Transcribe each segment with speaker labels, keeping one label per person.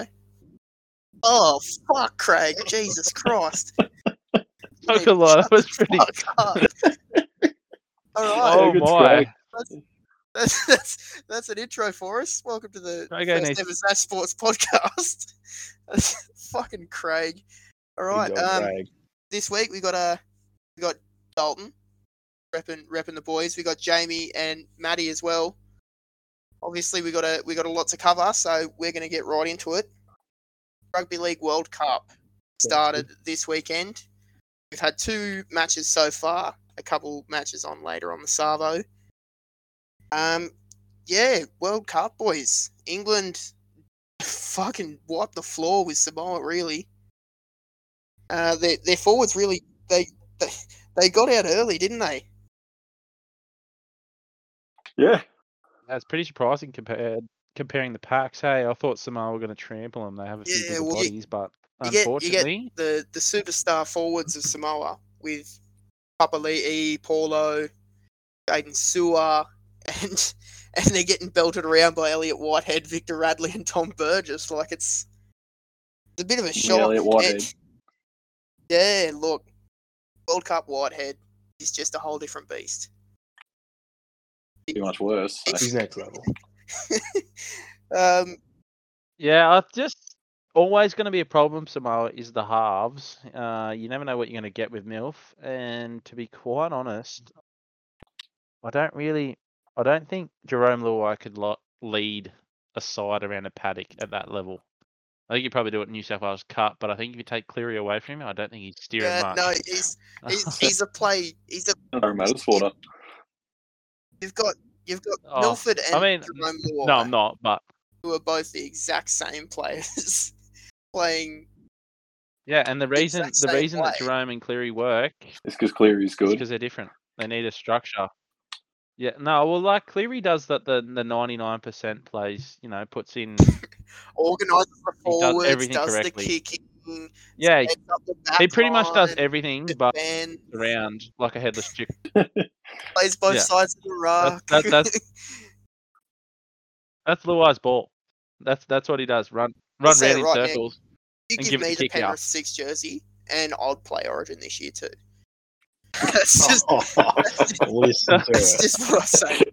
Speaker 1: go. Oh fuck, Craig! Jesus Christ!
Speaker 2: Not gonna lie, that was pretty.
Speaker 1: Fuck up. All right,
Speaker 2: Oh
Speaker 3: Yeah, good
Speaker 2: my!
Speaker 3: strike.
Speaker 1: that's, that's that's an intro for us. Welcome to the
Speaker 2: Craig
Speaker 1: first
Speaker 2: O'Neil.
Speaker 1: ever Zach Sports podcast. Fucking Craig. All right,
Speaker 3: Good
Speaker 1: um,
Speaker 3: job, Craig.
Speaker 1: this week we got uh we got Dalton repping repping the boys. We got Jamie and Maddie as well. Obviously we got a we got a lot to cover, so we're gonna get right into it. Rugby League World Cup started this weekend. We've had two matches so far, a couple matches on later on the Savo. Um yeah, World Cup boys. England fucking wiped the floor with Samoa really. Uh, their their forwards really they, they they got out early, didn't they?
Speaker 3: yeah,
Speaker 2: That's pretty surprising compared comparing the packs. Hey, I thought Samoa were going to trample them. They have a few
Speaker 1: Yeah,
Speaker 2: bigger
Speaker 1: well, you-
Speaker 2: bodies,
Speaker 1: you
Speaker 2: but
Speaker 1: get- you get-
Speaker 2: unfortunately,
Speaker 1: The the superstar forwards of Samoa with Papali'i, Paulo, Aiden Sewer, and and they're getting belted around by Elliot Whitehead, Victor Radley, and Tom Burgess. Like it's it's a bit of a shock.
Speaker 3: Elliot Whitehead.
Speaker 1: And- yeah, look, World Cup Whitehead is just a whole different beast.
Speaker 3: too much worse.
Speaker 4: He's next level.
Speaker 1: Um,
Speaker 2: yeah, I just always going to be a problem. Samoa is the halves. Uh, you never know what you're going to get with Milf. And to be quite honest, I don't really, I don't think Jerome Luai could lo- lead a side around a paddock at that level. I think you probably do it in New South Wales Cup, but I think if you take Cleary away from him, I don't think he's steering
Speaker 1: yeah,
Speaker 2: much.
Speaker 1: no, he's, he's he's a play. He's a
Speaker 3: Another motorsporter.
Speaker 1: You've got you've got
Speaker 2: Oh,
Speaker 1: Milford and
Speaker 2: I mean,
Speaker 1: Jerome Luai,
Speaker 2: no, I'm not. But
Speaker 1: who are both the exact same players playing.
Speaker 2: Yeah, and the reason
Speaker 1: exact
Speaker 2: the
Speaker 1: same
Speaker 2: reason that
Speaker 1: way.
Speaker 2: Jerome and Cleary work
Speaker 3: It's because Cleary's
Speaker 2: is
Speaker 3: good.
Speaker 2: because they're different. They need a structure. Yeah, no, well, like Cleary does that. The the ninety nine percent plays, you know, puts in.
Speaker 1: Organises the
Speaker 2: does
Speaker 1: forwards, does,
Speaker 2: everything
Speaker 1: the
Speaker 2: correctly.
Speaker 1: kicking.
Speaker 2: Yeah,
Speaker 1: sets up the back
Speaker 2: he pretty much does
Speaker 1: line,
Speaker 2: everything, but
Speaker 1: defends,
Speaker 2: around like a headless chick.
Speaker 1: plays both
Speaker 2: yeah.
Speaker 1: sides of the ruck.
Speaker 2: that- That's Luai's ball. That's that's what he does. Run run
Speaker 1: say
Speaker 2: round
Speaker 1: it
Speaker 2: in
Speaker 1: right now.
Speaker 2: circles.
Speaker 1: you
Speaker 2: and
Speaker 1: give
Speaker 2: give it
Speaker 1: me
Speaker 2: the
Speaker 1: the
Speaker 2: kick out.
Speaker 1: Penrith six jersey, and I'll play Origin this year too. That's just
Speaker 4: Listen to
Speaker 1: that's
Speaker 4: it.
Speaker 1: just what I say.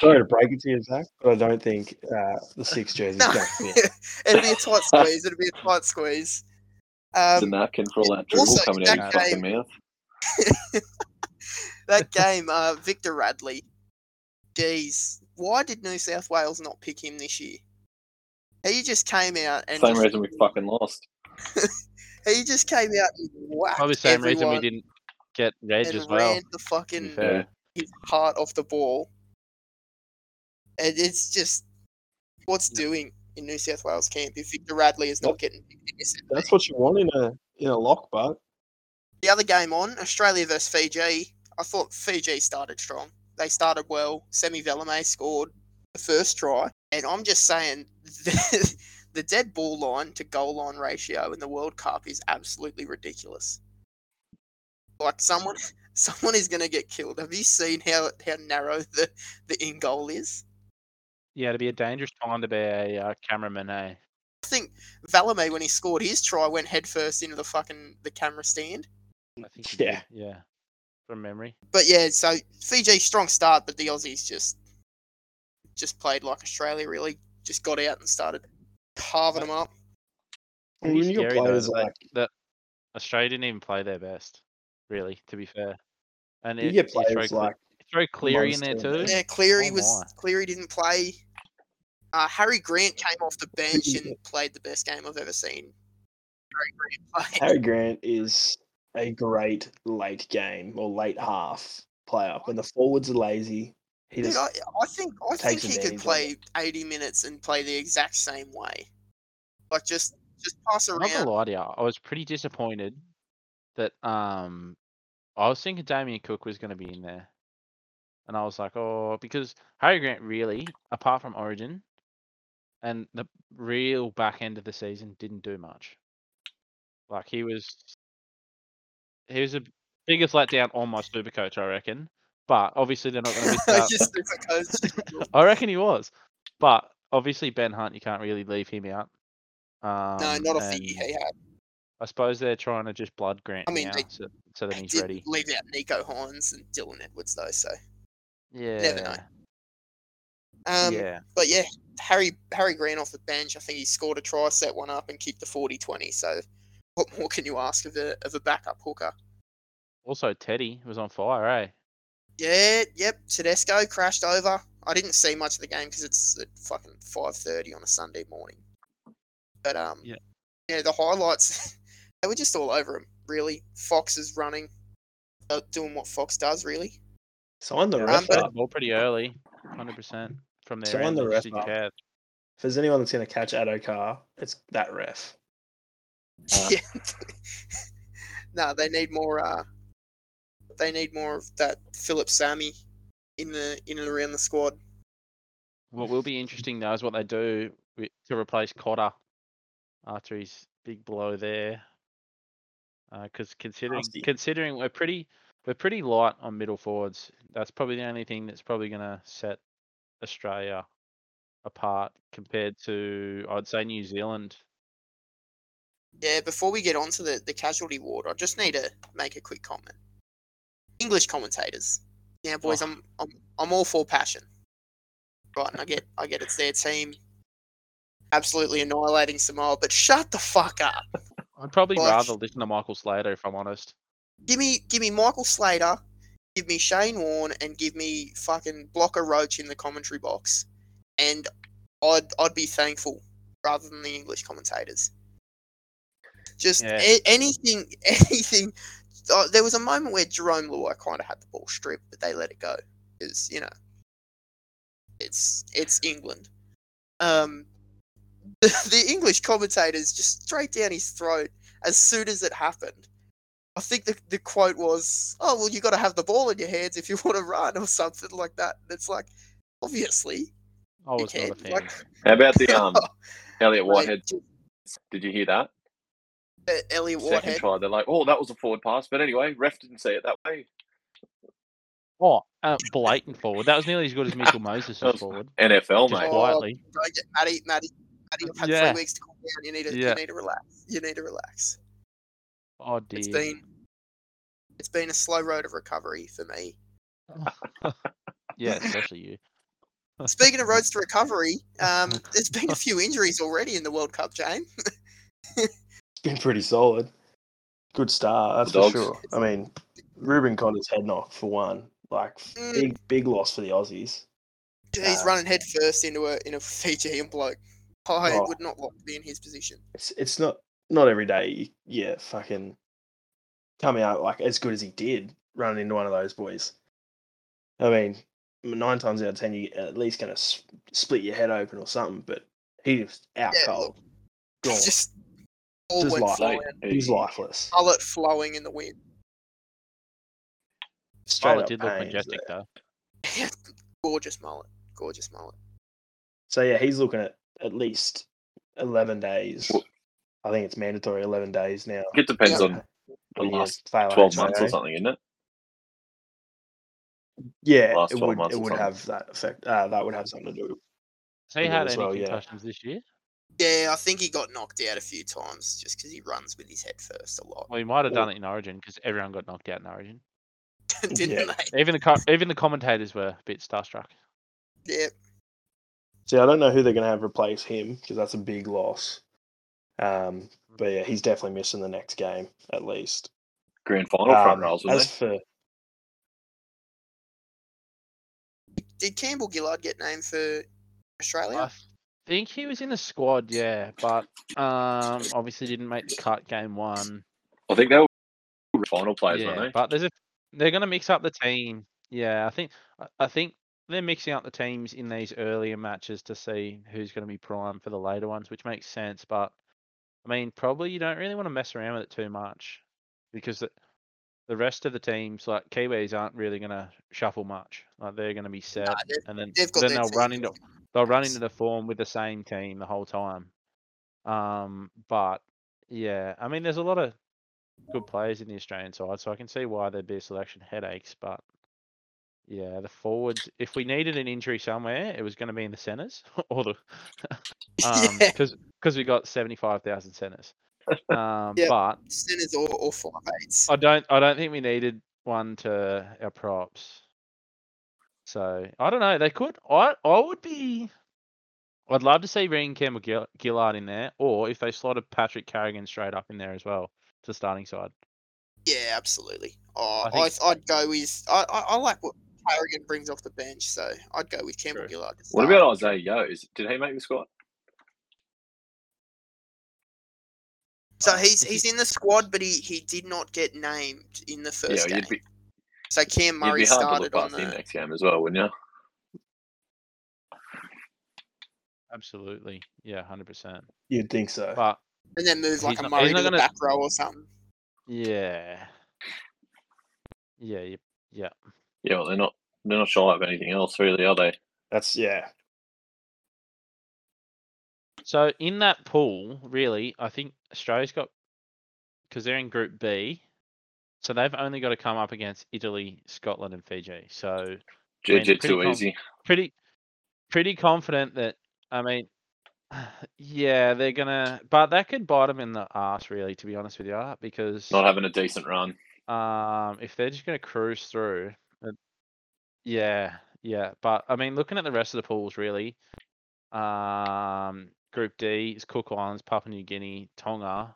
Speaker 4: Sorry to break it to you, Zach, but I don't think uh, the six jerseys
Speaker 1: No.
Speaker 4: don't fit.
Speaker 1: It'd be a tight squeeze. It'd be a tight squeeze.
Speaker 3: It's a
Speaker 1: Um,
Speaker 3: napkin for all that dribble
Speaker 1: also,
Speaker 3: coming out of
Speaker 1: that
Speaker 3: his fucking mouth.
Speaker 1: that game, uh, Victor Radley. Geez, why did New South Wales not pick him this year? He just came out and
Speaker 3: Same
Speaker 1: just-
Speaker 3: reason we fucking lost.
Speaker 1: he just came out and whacked
Speaker 2: Probably same reason we
Speaker 1: everyone
Speaker 2: didn't get Reg
Speaker 1: and
Speaker 2: as well.
Speaker 1: ran the
Speaker 2: to be
Speaker 1: fucking
Speaker 2: fair.
Speaker 3: Yeah.
Speaker 1: his heart off the ball. And it's just what's doing in New South Wales camp if Victor Radley is not getting picked in this
Speaker 4: That's what you want in a in a lock, but
Speaker 1: the other game on Australia versus Fiji. I thought Fiji started strong. They started well. Semi Velame scored the first try, and I'm just saying the, the dead ball line to goal line ratio in the World Cup is absolutely ridiculous. Like someone, someone is going to get killed. Have you seen how how narrow the the in goal is?
Speaker 2: Yeah, it'd be a dangerous time to be a uh, cameraman. Eh?
Speaker 1: I think Valame when he scored his try went headfirst into the fucking the camera stand.
Speaker 2: I think he did,
Speaker 4: Yeah.
Speaker 2: yeah, from memory.
Speaker 1: but yeah, so Fiji strong start, but the Aussies just just played like Australia really, just got out and started carving them up.
Speaker 2: It'd
Speaker 4: when
Speaker 2: be
Speaker 4: you got
Speaker 2: scary, though,
Speaker 4: players
Speaker 2: that
Speaker 4: like
Speaker 2: Australia didn't even play their best, really, to be fair. And
Speaker 4: you
Speaker 2: it-
Speaker 4: get
Speaker 2: throw
Speaker 4: players
Speaker 2: Cle-
Speaker 4: like
Speaker 2: throw Cleary in there
Speaker 4: Munster.
Speaker 2: too.
Speaker 1: Yeah, Cleary
Speaker 2: Oh
Speaker 1: was
Speaker 2: my.
Speaker 1: Cleary didn't play. Uh, Harry Grant came off the bench and played the best game I've ever seen. Harry Grant played.
Speaker 4: Harry Grant is a great late game or late half player. When the forwards are lazy, he
Speaker 1: Dude,
Speaker 4: just
Speaker 1: I, I think I think
Speaker 4: takes
Speaker 1: he could
Speaker 4: advantage of
Speaker 1: play 80 minutes and play the exact same way, like just just pass
Speaker 2: I'm not gonna
Speaker 1: around.
Speaker 2: lie to you, I was pretty disappointed that um I was thinking Damien Cook was gonna be in there. And I was like, oh, because Harry Grant really, apart from Origin and the real back end of the season, didn't do much. Like he was he was the biggest letdown on my super coach, I reckon. But obviously they're not gonna be
Speaker 1: just super coach.
Speaker 2: I reckon he was. But obviously Ben Hunt, you can't really leave him out. Um,
Speaker 1: No, not off the E
Speaker 2: and
Speaker 1: year he had.
Speaker 2: I suppose they're trying to just blood Grant
Speaker 1: I mean,
Speaker 2: now,
Speaker 1: they-
Speaker 2: so, so that
Speaker 1: They
Speaker 2: he's
Speaker 1: did
Speaker 2: ready.
Speaker 1: leave out Nico Hines and Dylan Edwards though. So,
Speaker 2: Yeah.
Speaker 1: know. um,
Speaker 2: yeah.
Speaker 1: but yeah, Harry Harry Green off the bench. I think he scored a try, set one up, and kicked the 40-20. So, what more can you ask of a of a backup hooker?
Speaker 2: Also, Teddy was on fire, eh?
Speaker 1: Yeah, yep. Tedesco crashed over. I didn't see much of the game because it's at fucking five thirty on a Sunday morning. But um,
Speaker 2: Yeah.
Speaker 1: yeah, the highlights they were just all over him. Really, Fox is running, uh, doing what Fox does. Really,
Speaker 4: Sign the
Speaker 3: Yeah,
Speaker 4: ref
Speaker 1: but-
Speaker 4: up.
Speaker 2: All pretty early, hundred percent from their
Speaker 4: So on
Speaker 2: end.
Speaker 4: the
Speaker 2: they just
Speaker 4: ref
Speaker 2: didn't
Speaker 4: up-
Speaker 2: care.
Speaker 4: If there's anyone that's going to catch Addo Carr, it's that ref.
Speaker 3: Uh.
Speaker 1: yeah. no, they need more. Uh, they need more of that Philip Sammy in the in and around the squad.
Speaker 2: What will be interesting though is what they do wi- to replace Cotter after his big blow there. Because considering
Speaker 4: Nasty.
Speaker 2: considering we're pretty we're pretty light on middle forwards. That's probably the only thing that's probably going to set Australia apart compared to I'd say New Zealand.
Speaker 1: Yeah, before we get on to the, the casualty ward, I just need to make a quick comment. English commentators. Now boys,
Speaker 2: Oh.
Speaker 1: I'm I'm I'm all for passion. Right, and I get I get it's their team absolutely annihilating Samoa, but shut the fuck up.
Speaker 2: I'd probably
Speaker 1: Well,
Speaker 2: rather listen to Michael Slater if I'm honest.
Speaker 1: Give me give me Michael Slater, give me Shane Warne, and give me fucking Blocker Roach in the commentary box. And I'd I'd be thankful rather than the English commentators. Just
Speaker 2: Yeah.
Speaker 1: a- anything anything uh, there was a moment where Jerome Luai kind of had the ball stripped, but they let it go because you know it's it's England. Um, the, the English commentators just straight down his throat as soon as it happened. I think the the quote was, "Oh well, you got to have the ball in your hands if you want to run or something like that." And it's like, obviously,
Speaker 2: I was not a
Speaker 1: Dickhead,
Speaker 2: fan.
Speaker 1: like-
Speaker 3: How about the um Elliot
Speaker 1: like,
Speaker 3: Whitehead? Did you hear that?
Speaker 1: uh, Elliot
Speaker 3: Second
Speaker 1: Whitehead.
Speaker 3: try, they're like, "Oh, that was a forward pass," but anyway, ref didn't see it that way.
Speaker 2: Oh, uh, blatant forward. That was nearly as good as Mitchell Moses
Speaker 3: That
Speaker 2: as
Speaker 3: was
Speaker 2: forward.
Speaker 3: NFL,
Speaker 2: Just
Speaker 3: mate.
Speaker 1: Oh,
Speaker 2: quietly.
Speaker 1: Don't get- Maddie, Maddie, Maddie, I've had
Speaker 2: Yeah.
Speaker 1: three weeks to cool down. You need to,
Speaker 2: Yeah.
Speaker 1: you need to relax. You need to relax.
Speaker 2: Oh dear.
Speaker 1: It's been, it's been a slow road of recovery for me.
Speaker 2: Yeah, especially you.
Speaker 1: Speaking of roads to recovery, um, there's been a few injuries already in the World Cup, James.
Speaker 4: It's been pretty solid. Good start, that's
Speaker 3: The
Speaker 4: for
Speaker 3: Dogs.
Speaker 4: sure. I mean, Ruben Connor's head knock for one. Like,
Speaker 1: Mm.
Speaker 4: big, big loss for the Aussies.
Speaker 1: He's
Speaker 4: Uh,
Speaker 1: running headfirst into a in a Fijian bloke. I
Speaker 4: Oh.
Speaker 1: would not like to be in his position.
Speaker 4: It's it's not not every day. You, yeah, fucking come out like as good as he did running into one of those boys. I mean, nine times out of ten, you at least gonna s- split your head open or something. But he was out
Speaker 1: Yeah,
Speaker 4: cold. Gone.
Speaker 1: Just Oh, all
Speaker 4: Just
Speaker 1: went
Speaker 4: like-
Speaker 1: flying.
Speaker 4: he was lifeless.
Speaker 1: Mullet flowing in the wind.
Speaker 4: Straight
Speaker 2: Violet
Speaker 4: up
Speaker 2: did look
Speaker 4: pains eh?
Speaker 2: majestic
Speaker 4: there.
Speaker 2: though.
Speaker 1: Gorgeous mullet. Gorgeous mullet.
Speaker 4: So yeah, he's looking at at least eleven days.
Speaker 3: Wh-
Speaker 4: I think it's mandatory eleven days now.
Speaker 3: It depends
Speaker 1: Yeah.
Speaker 3: on the
Speaker 4: when he Oh,
Speaker 3: last
Speaker 4: has failed
Speaker 3: twelve months or
Speaker 4: HIA.
Speaker 3: something, isn't it?
Speaker 4: Yeah,
Speaker 3: last
Speaker 4: it
Speaker 3: 12
Speaker 4: would
Speaker 3: months
Speaker 4: it
Speaker 3: or
Speaker 4: would
Speaker 3: something.
Speaker 4: have that effect. Uh, that would have something to do. with
Speaker 2: Has he
Speaker 4: Yeah,
Speaker 2: had
Speaker 4: as
Speaker 2: any
Speaker 4: well, yeah.
Speaker 2: concussions this year?
Speaker 1: Yeah, I think he got knocked out a few times just because he runs with his head first a lot,
Speaker 2: Well, he might have
Speaker 4: Well-
Speaker 2: done it in Origin because everyone got knocked out in Origin.
Speaker 1: didn't
Speaker 4: Yeah.
Speaker 1: they?
Speaker 2: Even the co- even the commentators were a bit starstruck.
Speaker 1: Yeah.
Speaker 4: See, I don't know who they're going to have replace him because that's a big loss. Um,
Speaker 3: Hmm.
Speaker 4: but yeah, he's definitely missing the next game at least.
Speaker 3: Grand final front
Speaker 4: Um,
Speaker 3: rows,
Speaker 4: as
Speaker 3: wasn't
Speaker 4: for
Speaker 1: Did Campbell Gillard get named for Australia?
Speaker 2: I think he was in the squad, yeah, but um, obviously didn't make the cut game one.
Speaker 3: it? I think they were final players,
Speaker 2: yeah,
Speaker 3: weren't they?
Speaker 2: but there's a they're gonna mix up the team. Yeah, I think I- I think they're mixing up the teams in these earlier matches to see who's gonna be prime for the later ones, which makes sense. But I mean, probably you don't really want to mess around with it too much because the, the rest of the teams, like Kiwis, aren't really gonna shuffle much. Like they're gonna be set,
Speaker 1: Nah, they've-
Speaker 2: and then
Speaker 1: they've got
Speaker 2: then
Speaker 1: their
Speaker 2: they'll run
Speaker 1: team.
Speaker 2: into they'll run into the form with the same team the whole time. Um, but yeah, I mean, there's a lot of good players in the Australian side, so I can see why there'd be a selection headaches. But Yeah, the forwards. If we needed an injury somewhere, it was going to be in the centres or the
Speaker 1: yeah,
Speaker 2: because because we got seventy five thousand centres. Um,
Speaker 1: Yep.
Speaker 2: But
Speaker 1: centers or, or five eights.
Speaker 2: I don't I don't think we needed one to our props. So I don't know. They could. I I would be. I'd love to see bringing Campbell Gill- Gillard in there, or if they slotted Patrick Carrigan straight up in there as well to starting side.
Speaker 1: Yeah, absolutely. Oh,
Speaker 2: I
Speaker 1: I
Speaker 2: think-
Speaker 1: I, would go with. I, I, I like what Harrigan brings off the bench, so I'd go with Campbell
Speaker 2: True.
Speaker 1: Gillard. to
Speaker 3: What
Speaker 1: start.
Speaker 3: about Isaiah Yo? Is, did he make the squad?
Speaker 1: So he's
Speaker 2: Is he-
Speaker 1: he's in the squad, but he, he did not get named in the first
Speaker 3: yeah,
Speaker 1: game.
Speaker 3: you'd be,
Speaker 1: so Cam
Speaker 3: you'd
Speaker 1: Murray
Speaker 3: be hard to look
Speaker 1: started on
Speaker 3: past him
Speaker 1: the.
Speaker 3: next game as well, wouldn't you?
Speaker 2: Absolutely. Yeah, hundred percent.
Speaker 4: You'd think so.
Speaker 2: But
Speaker 3: eh?
Speaker 1: And then move like
Speaker 2: He's
Speaker 1: a
Speaker 2: not-
Speaker 1: Murray
Speaker 2: he's
Speaker 1: to
Speaker 2: not
Speaker 1: the
Speaker 2: gonna-
Speaker 1: back row or something.
Speaker 2: yeah, yeah, yep, yeah.
Speaker 3: Yeah, well, they're not they're not shy of anything else, really, are they?
Speaker 4: That's yeah.
Speaker 2: So in that pool, really, I think Australia's got because they're in Group B, so they've only got to come up against Italy, Scotland, and Fiji. So I mean,
Speaker 3: Jiu too
Speaker 2: pretty com-
Speaker 3: easy.
Speaker 2: pretty, pretty confident that I mean, yeah, they're gonna, but that could bite them in the ass, really, to be honest with you, because
Speaker 3: Not having a decent run.
Speaker 2: um, if they're just going to cruise through, uh, yeah, yeah. But I mean, looking at the rest of the pools, really, um, Group D is Cook Islands, Papua New Guinea, Tonga,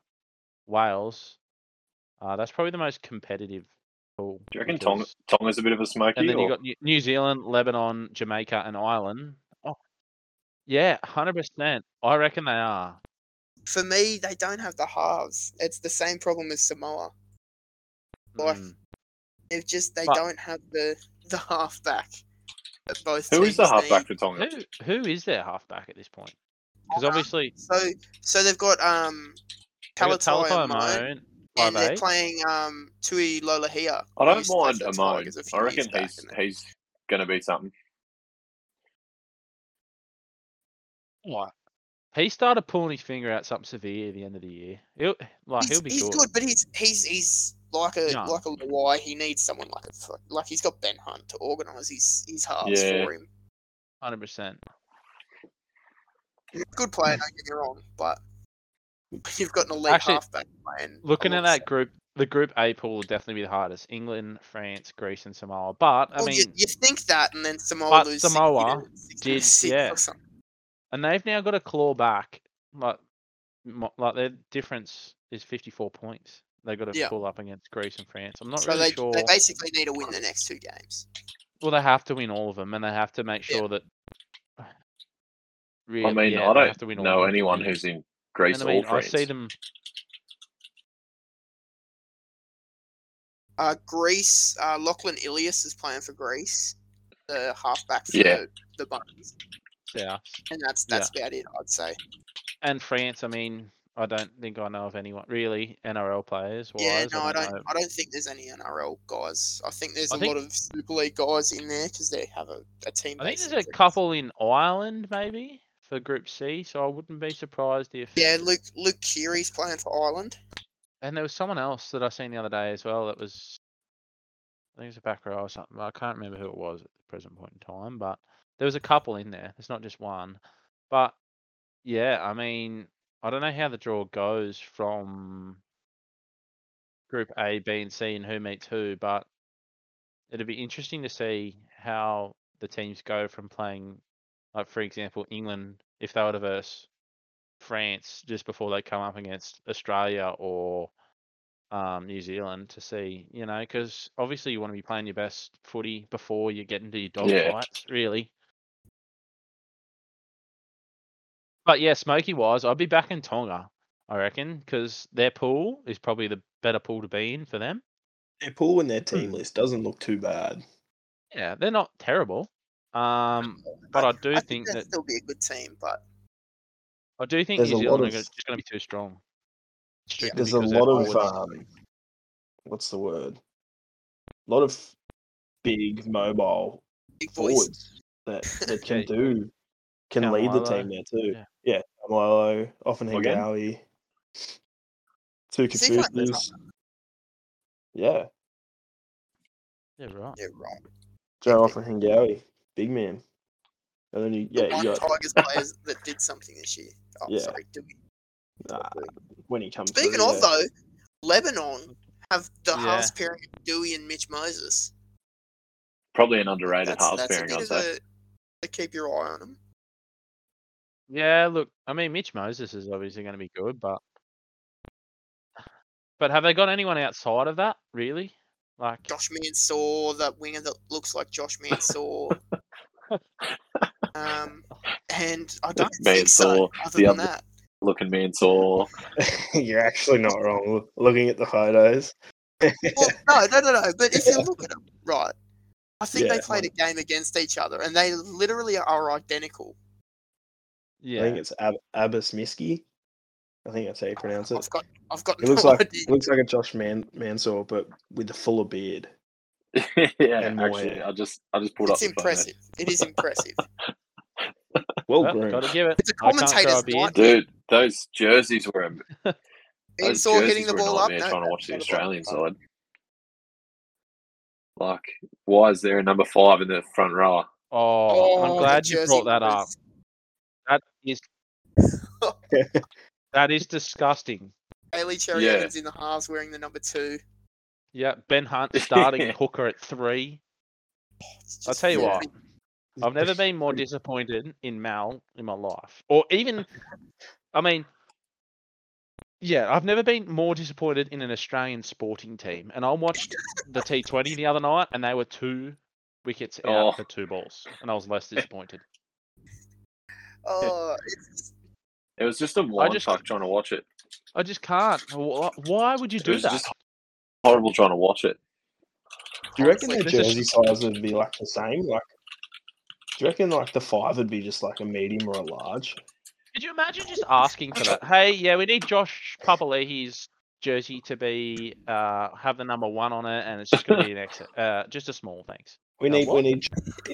Speaker 2: Wales. Uh, that's probably the most competitive pool.
Speaker 3: Do you reckon Tong
Speaker 2: because-
Speaker 3: Tonga's a bit of a smoky?
Speaker 2: And then you
Speaker 3: or-
Speaker 2: got New- New Zealand, Lebanon, Jamaica, and Ireland. Oh, yeah, hundred percent. I reckon they are.
Speaker 1: For me, they don't have the halves. It's the same problem as Samoa. Like,
Speaker 2: Mm.
Speaker 1: They've just they
Speaker 2: But-
Speaker 1: don't have the the halfback. that Both
Speaker 3: Who is the
Speaker 1: teams
Speaker 3: halfback
Speaker 1: need.
Speaker 3: for Tonga?
Speaker 2: Mm. Who who is their halfback at this point? Because
Speaker 1: Tonga,
Speaker 2: obviously
Speaker 1: So so they've got um
Speaker 2: They got
Speaker 1: Talatai
Speaker 2: Talatai
Speaker 1: and Malone,
Speaker 2: Malone,
Speaker 1: and they're
Speaker 2: Ibe.
Speaker 1: playing um Tui Lolahia.
Speaker 3: I
Speaker 1: who
Speaker 3: don't
Speaker 1: used to play for
Speaker 3: mind
Speaker 1: the
Speaker 3: Amon.
Speaker 1: Tigers a few
Speaker 3: I
Speaker 1: years
Speaker 3: reckon
Speaker 1: back,
Speaker 3: he's
Speaker 1: and then-
Speaker 3: he's going to be something.
Speaker 2: What? He started pulling his finger out something severe at the end of the year. He'll like
Speaker 1: he's,
Speaker 2: he'll be
Speaker 1: he's
Speaker 2: good.
Speaker 1: but he's he's he's like a
Speaker 2: Young.
Speaker 1: like a Lawai. He needs someone like a fuck- like he's got Ben Hunt to organise his his halves
Speaker 3: Yeah.
Speaker 1: for him.
Speaker 2: Hundred percent.
Speaker 1: Good player, don't get me wrong, but you've got an elite
Speaker 2: Actually,
Speaker 1: halfback playing.
Speaker 2: Looking at that
Speaker 1: alongside-
Speaker 2: group, the group A pool will definitely be the hardest. England, France, Greece, and Samoa. But I
Speaker 1: Well,
Speaker 2: mean,
Speaker 1: you, you think that, and then Samoa
Speaker 2: but
Speaker 1: loses.
Speaker 2: Samoa did- yeah.
Speaker 1: Or something.
Speaker 2: and they've now got a claw back. Like, mo- like their difference is fifty-four points. They got to
Speaker 1: Yeah.
Speaker 2: pull up against Greece and France. I'm not
Speaker 1: so
Speaker 2: really
Speaker 1: they,
Speaker 2: sure.
Speaker 1: they basically need to win the next two games.
Speaker 2: Well, they have to win all of them, and they have to make
Speaker 1: Yeah.
Speaker 2: sure that. Really,
Speaker 3: I mean,
Speaker 2: yeah,
Speaker 3: I
Speaker 2: they have
Speaker 3: don't
Speaker 2: to win all of
Speaker 3: know
Speaker 2: them to
Speaker 3: anyone
Speaker 2: win.
Speaker 3: who's in Greece
Speaker 2: And I mean,
Speaker 3: or
Speaker 2: I
Speaker 3: France.
Speaker 2: see them.
Speaker 1: Uh, Greece. Uh, Lachlan Ilias is playing for Greece, the halfback for
Speaker 3: Yeah.
Speaker 1: the, the Bunnies,
Speaker 2: Yeah.
Speaker 1: and that's that's about it. I'd say.
Speaker 2: and France, I mean, I don't think I know of anyone really NRL players. Wise,
Speaker 1: Yeah, no, I don't. I
Speaker 2: know.
Speaker 1: don't, think there's any NRL guys. I think there's a
Speaker 2: I think-
Speaker 1: lot of Super League guys in there because they have a, a team.
Speaker 2: I think
Speaker 1: based in
Speaker 2: there's a
Speaker 1: Greece.
Speaker 2: couple in Ireland maybe for Group C, so I wouldn't be surprised if.
Speaker 1: Yeah, Luke Luke Keary's playing for Ireland.
Speaker 2: And there was someone else that I seen the other day as well that was. I think it was a back row or something. I can't remember who it was at the present point in time, but there was a couple in there. There's not just one, but yeah, I mean, I don't know how the draw goes from Group A, B, and C, and who meets who, but it'd be interesting to see how the teams go from playing, like for example, England if they were to verse France just before they come up against Australia or um, New Zealand to see, you know, because obviously you want to be playing your best footy before you get into your dog
Speaker 3: Yeah.
Speaker 2: fights, really. But yeah, Smoky wise, I'd be back in Tonga, I reckon, because their pool is probably the better pool to be in for them.
Speaker 4: Their pool and their team
Speaker 3: Hmm.
Speaker 4: list doesn't look too bad.
Speaker 2: Yeah, they're not terrible. Um, but I do
Speaker 1: I
Speaker 2: think
Speaker 1: think
Speaker 2: that
Speaker 1: they'll still be a good team, but
Speaker 2: I do think
Speaker 4: There's
Speaker 2: New
Speaker 4: a lot
Speaker 2: Zealand are
Speaker 4: of-
Speaker 2: gonna, just going to be too strong. strictly
Speaker 4: There's a
Speaker 2: because their
Speaker 4: lot of
Speaker 2: forwards-
Speaker 4: um, what's the word? A lot of big mobile
Speaker 1: big boys.
Speaker 4: forwards that, that can
Speaker 2: Yeah.
Speaker 4: do can lead the team
Speaker 2: Tamalolo.
Speaker 4: there too.
Speaker 2: Yeah.
Speaker 4: Yeah, Milo, often
Speaker 3: Again?
Speaker 4: Hingawi, two
Speaker 1: Is he playing for
Speaker 4: Kafutas. Yeah,
Speaker 2: Yeah, right.
Speaker 1: Yeah, right.
Speaker 4: Joe off and Hingawi, big man. And then you, yeah,
Speaker 1: one
Speaker 4: you got
Speaker 1: Tigers players that did something this year. Oh,
Speaker 4: Yeah.
Speaker 1: sorry, did we-
Speaker 4: nah, when he comes.
Speaker 1: Speaking
Speaker 4: through,
Speaker 1: of
Speaker 4: yeah.
Speaker 1: though, Lebanon have the
Speaker 2: Yeah.
Speaker 1: halves pairing of Dewey and Mitch Moses.
Speaker 3: Probably an underrated
Speaker 1: that's,
Speaker 3: halves
Speaker 1: that's
Speaker 3: pairing,
Speaker 1: a
Speaker 3: I'd
Speaker 1: bit
Speaker 3: say.
Speaker 1: of a, a keep your eye on them.
Speaker 2: Yeah, look, I mean, Mitch Moses is obviously going to be good, but but have they got anyone outside of that really? Like,
Speaker 1: Josh Mansour, that winger that looks like Josh Mansour. um, and I don't think so.
Speaker 3: Mansour,
Speaker 1: Other
Speaker 3: the
Speaker 1: than
Speaker 3: other-
Speaker 1: that,
Speaker 3: Looking man saw.
Speaker 4: You're actually not wrong. loo- Looking at the photos,
Speaker 1: well, no, no, no, no. But if you look at them, right, I think
Speaker 4: Yeah,
Speaker 1: they played a game against each other, and they literally are identical.
Speaker 4: I think
Speaker 2: yeah,
Speaker 4: it's Ab- Abbas Miski. I think that's how you pronounce it.
Speaker 1: I've got, I've got
Speaker 4: It
Speaker 1: no
Speaker 4: looks like
Speaker 1: idea.
Speaker 4: it looks like a Josh Man- Mansour, but with a fuller beard.
Speaker 3: yeah,
Speaker 4: And more
Speaker 3: actually,
Speaker 4: hair.
Speaker 3: I just I just pulled
Speaker 1: It's
Speaker 3: up. the photo.
Speaker 1: impressive. It is impressive.
Speaker 4: Well
Speaker 2: well,
Speaker 4: groomed.
Speaker 2: gotta give it.
Speaker 1: It's a
Speaker 2: I can't grow a
Speaker 1: commentator's
Speaker 2: beard.
Speaker 1: night.
Speaker 3: Dude, those jerseys were. a- Those
Speaker 1: Mansour
Speaker 3: jerseys
Speaker 1: hitting the
Speaker 3: were a
Speaker 1: ball up.
Speaker 3: nightmare
Speaker 1: no,
Speaker 3: trying to watch the
Speaker 1: not a
Speaker 3: Australian
Speaker 1: ball up.
Speaker 3: side. Like, why is there a number five in the front row?
Speaker 2: Oh,
Speaker 1: Oh,
Speaker 2: I'm
Speaker 1: the
Speaker 2: glad you
Speaker 1: jersey
Speaker 2: brought that up.
Speaker 1: numbers.
Speaker 2: That is that is disgusting.
Speaker 1: Bailey Cherry
Speaker 3: Yeah.
Speaker 1: Evans in the halves wearing the number two.
Speaker 2: Yeah, Ben Hunt starting hooker at three.
Speaker 1: It's
Speaker 2: I'll
Speaker 1: just
Speaker 2: tell you
Speaker 1: filthy.
Speaker 2: what, I've never been more disappointed in Mal in my life, or even, I mean, yeah, I've never been more disappointed in an Australian sporting team. And I watched the T20 the other night, and they were two wickets out
Speaker 3: Oh.
Speaker 2: for two balls, and I was less disappointed.
Speaker 1: Oh, it's,
Speaker 3: It was just a wine
Speaker 2: just-
Speaker 3: fuck trying to watch it.
Speaker 2: I just can't. Wh- Why would you
Speaker 3: It
Speaker 2: do
Speaker 3: was
Speaker 2: that?
Speaker 3: just horrible trying to watch it.
Speaker 4: Do you reckon
Speaker 1: Honestly,
Speaker 4: the
Speaker 2: this is-
Speaker 4: jersey size would be like the same? Like, do you reckon like the five would be just like a medium or a large?
Speaker 2: Could you imagine just asking for that? Hey, yeah, we need Josh Papalehi's jersey to be uh have the number one on it, and it's just going to be an ex- uh just a small thanks.
Speaker 4: We
Speaker 2: Uh,
Speaker 4: need we
Speaker 2: what?
Speaker 4: need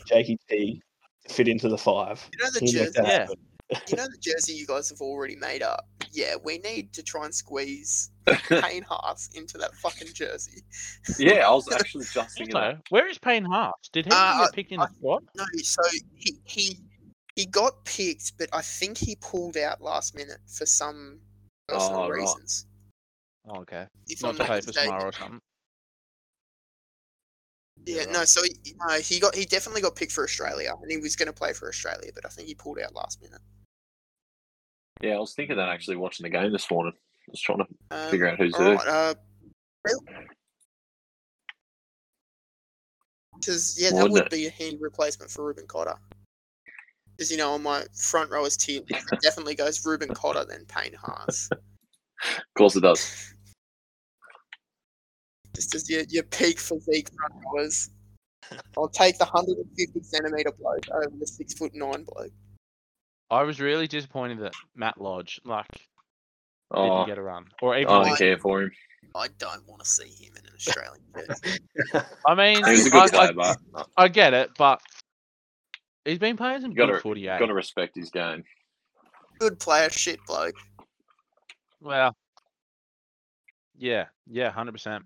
Speaker 4: Jakey T to fit into the five.
Speaker 1: you know the
Speaker 4: He'd make
Speaker 1: jersey.
Speaker 4: that
Speaker 2: Yeah.
Speaker 4: happen.
Speaker 1: You know the jersey you guys have already made up. Yeah, we need to try and squeeze Kane Haas into that fucking jersey.
Speaker 3: Yeah, I was actually just thinking that.
Speaker 2: Also, where is Payne Haas? Did he
Speaker 1: Uh,
Speaker 2: get picked in the
Speaker 1: I-
Speaker 2: squad?
Speaker 1: No, so he he he got picked, but I think he pulled out last minute for some personal
Speaker 3: Oh, right.
Speaker 1: reasons.
Speaker 2: Oh, okay,
Speaker 1: If
Speaker 2: not
Speaker 1: I'm
Speaker 2: to
Speaker 1: not
Speaker 2: play for
Speaker 1: mistaken.
Speaker 2: Samara or something.
Speaker 1: Yeah, no. So he, no, he got he definitely got picked for Australia, and he was going to play for Australia, but I think he pulled out last minute.
Speaker 3: Yeah, I was thinking that actually watching the game this morning. I was trying to
Speaker 1: Um,
Speaker 3: figure out who's
Speaker 1: all
Speaker 3: who.
Speaker 1: right, uh, because yeah, that
Speaker 3: Wouldn't
Speaker 1: would
Speaker 3: it?
Speaker 1: be a handy replacement for Ruben Cotter. Because you know, on my front rowers tier, it definitely goes Ruben Cotter then Payne Haas.
Speaker 3: Of course it does.
Speaker 1: Just as your, your peak physique front rowers. I'll take the 150 centimeter bloke over the six foot nine bloke.
Speaker 2: I was really disappointed that Matt Lodge like
Speaker 3: Oh,
Speaker 2: didn't get a run, or even
Speaker 3: I
Speaker 2: like,
Speaker 3: don't care for him.
Speaker 1: I don't want to see him in an Australian jersey.
Speaker 2: I mean,
Speaker 3: He was a
Speaker 2: I,
Speaker 3: good
Speaker 2: I,
Speaker 3: player, but
Speaker 2: I get it, but he's been playing some
Speaker 3: You gotta-
Speaker 2: good footy. eh?
Speaker 3: got to respect his game.
Speaker 1: Good player, shit bloke.
Speaker 2: Well, yeah, yeah, hundred percent.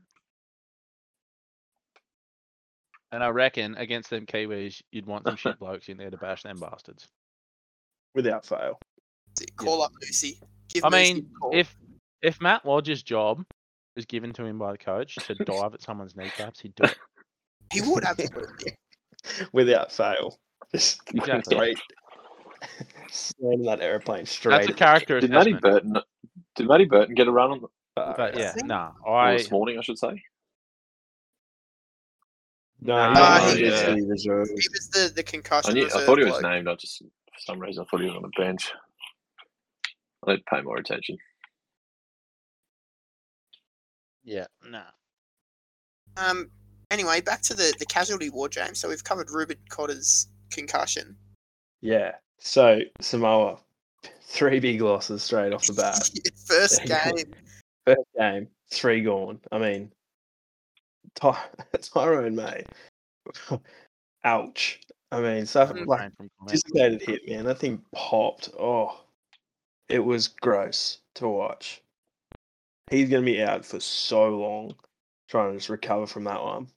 Speaker 2: And I reckon against them Kiwis, you'd want some shit blokes in there to bash them bastards.
Speaker 4: Without fail.
Speaker 1: Call up Lucy. Give
Speaker 2: I
Speaker 1: Moosey
Speaker 2: mean,
Speaker 1: a call.
Speaker 2: if if Matt Lodge's job is given to him by the coach to dive at someone's kneecaps, he'd do it.
Speaker 1: he would absolutely.
Speaker 4: Without fail. Just
Speaker 2: Exactly.
Speaker 4: straight slam that airplane straight.
Speaker 2: That's a
Speaker 4: at
Speaker 2: character
Speaker 3: Did Matty
Speaker 2: assessment.
Speaker 3: Burton? Did Matty Burton get a run on the,
Speaker 4: the bar.
Speaker 2: But yeah,
Speaker 1: think-
Speaker 2: nah,
Speaker 3: or
Speaker 2: I
Speaker 3: this morning? I should say.
Speaker 4: No,
Speaker 1: Nah,
Speaker 4: he
Speaker 2: Ah,
Speaker 4: was
Speaker 1: he-
Speaker 4: just
Speaker 3: yeah.
Speaker 4: the reserve.
Speaker 1: He was the the
Speaker 3: I,
Speaker 1: concussion.
Speaker 3: knew, I
Speaker 1: reserve
Speaker 3: thought he was
Speaker 1: bloke.
Speaker 3: named. I just for some reason I thought he was on the bench. I need to pay more attention.
Speaker 2: yeah, nah.
Speaker 1: Um. Anyway, back to the the casualty war, James. So we've covered Ruben Cotter's concussion.
Speaker 4: Yeah. So Samoa, three big losses straight off the bat.
Speaker 1: First
Speaker 4: Yeah.
Speaker 1: game.
Speaker 4: First game, three gone. I mean, Ty- Tyrone May. Ouch. I mean, so
Speaker 1: Mm.
Speaker 4: like
Speaker 2: refrain from comment.
Speaker 4: dislocated hit, man. That thing popped. Oh, it was gross to watch. He's gonna be out for so long, trying to just recover from that one.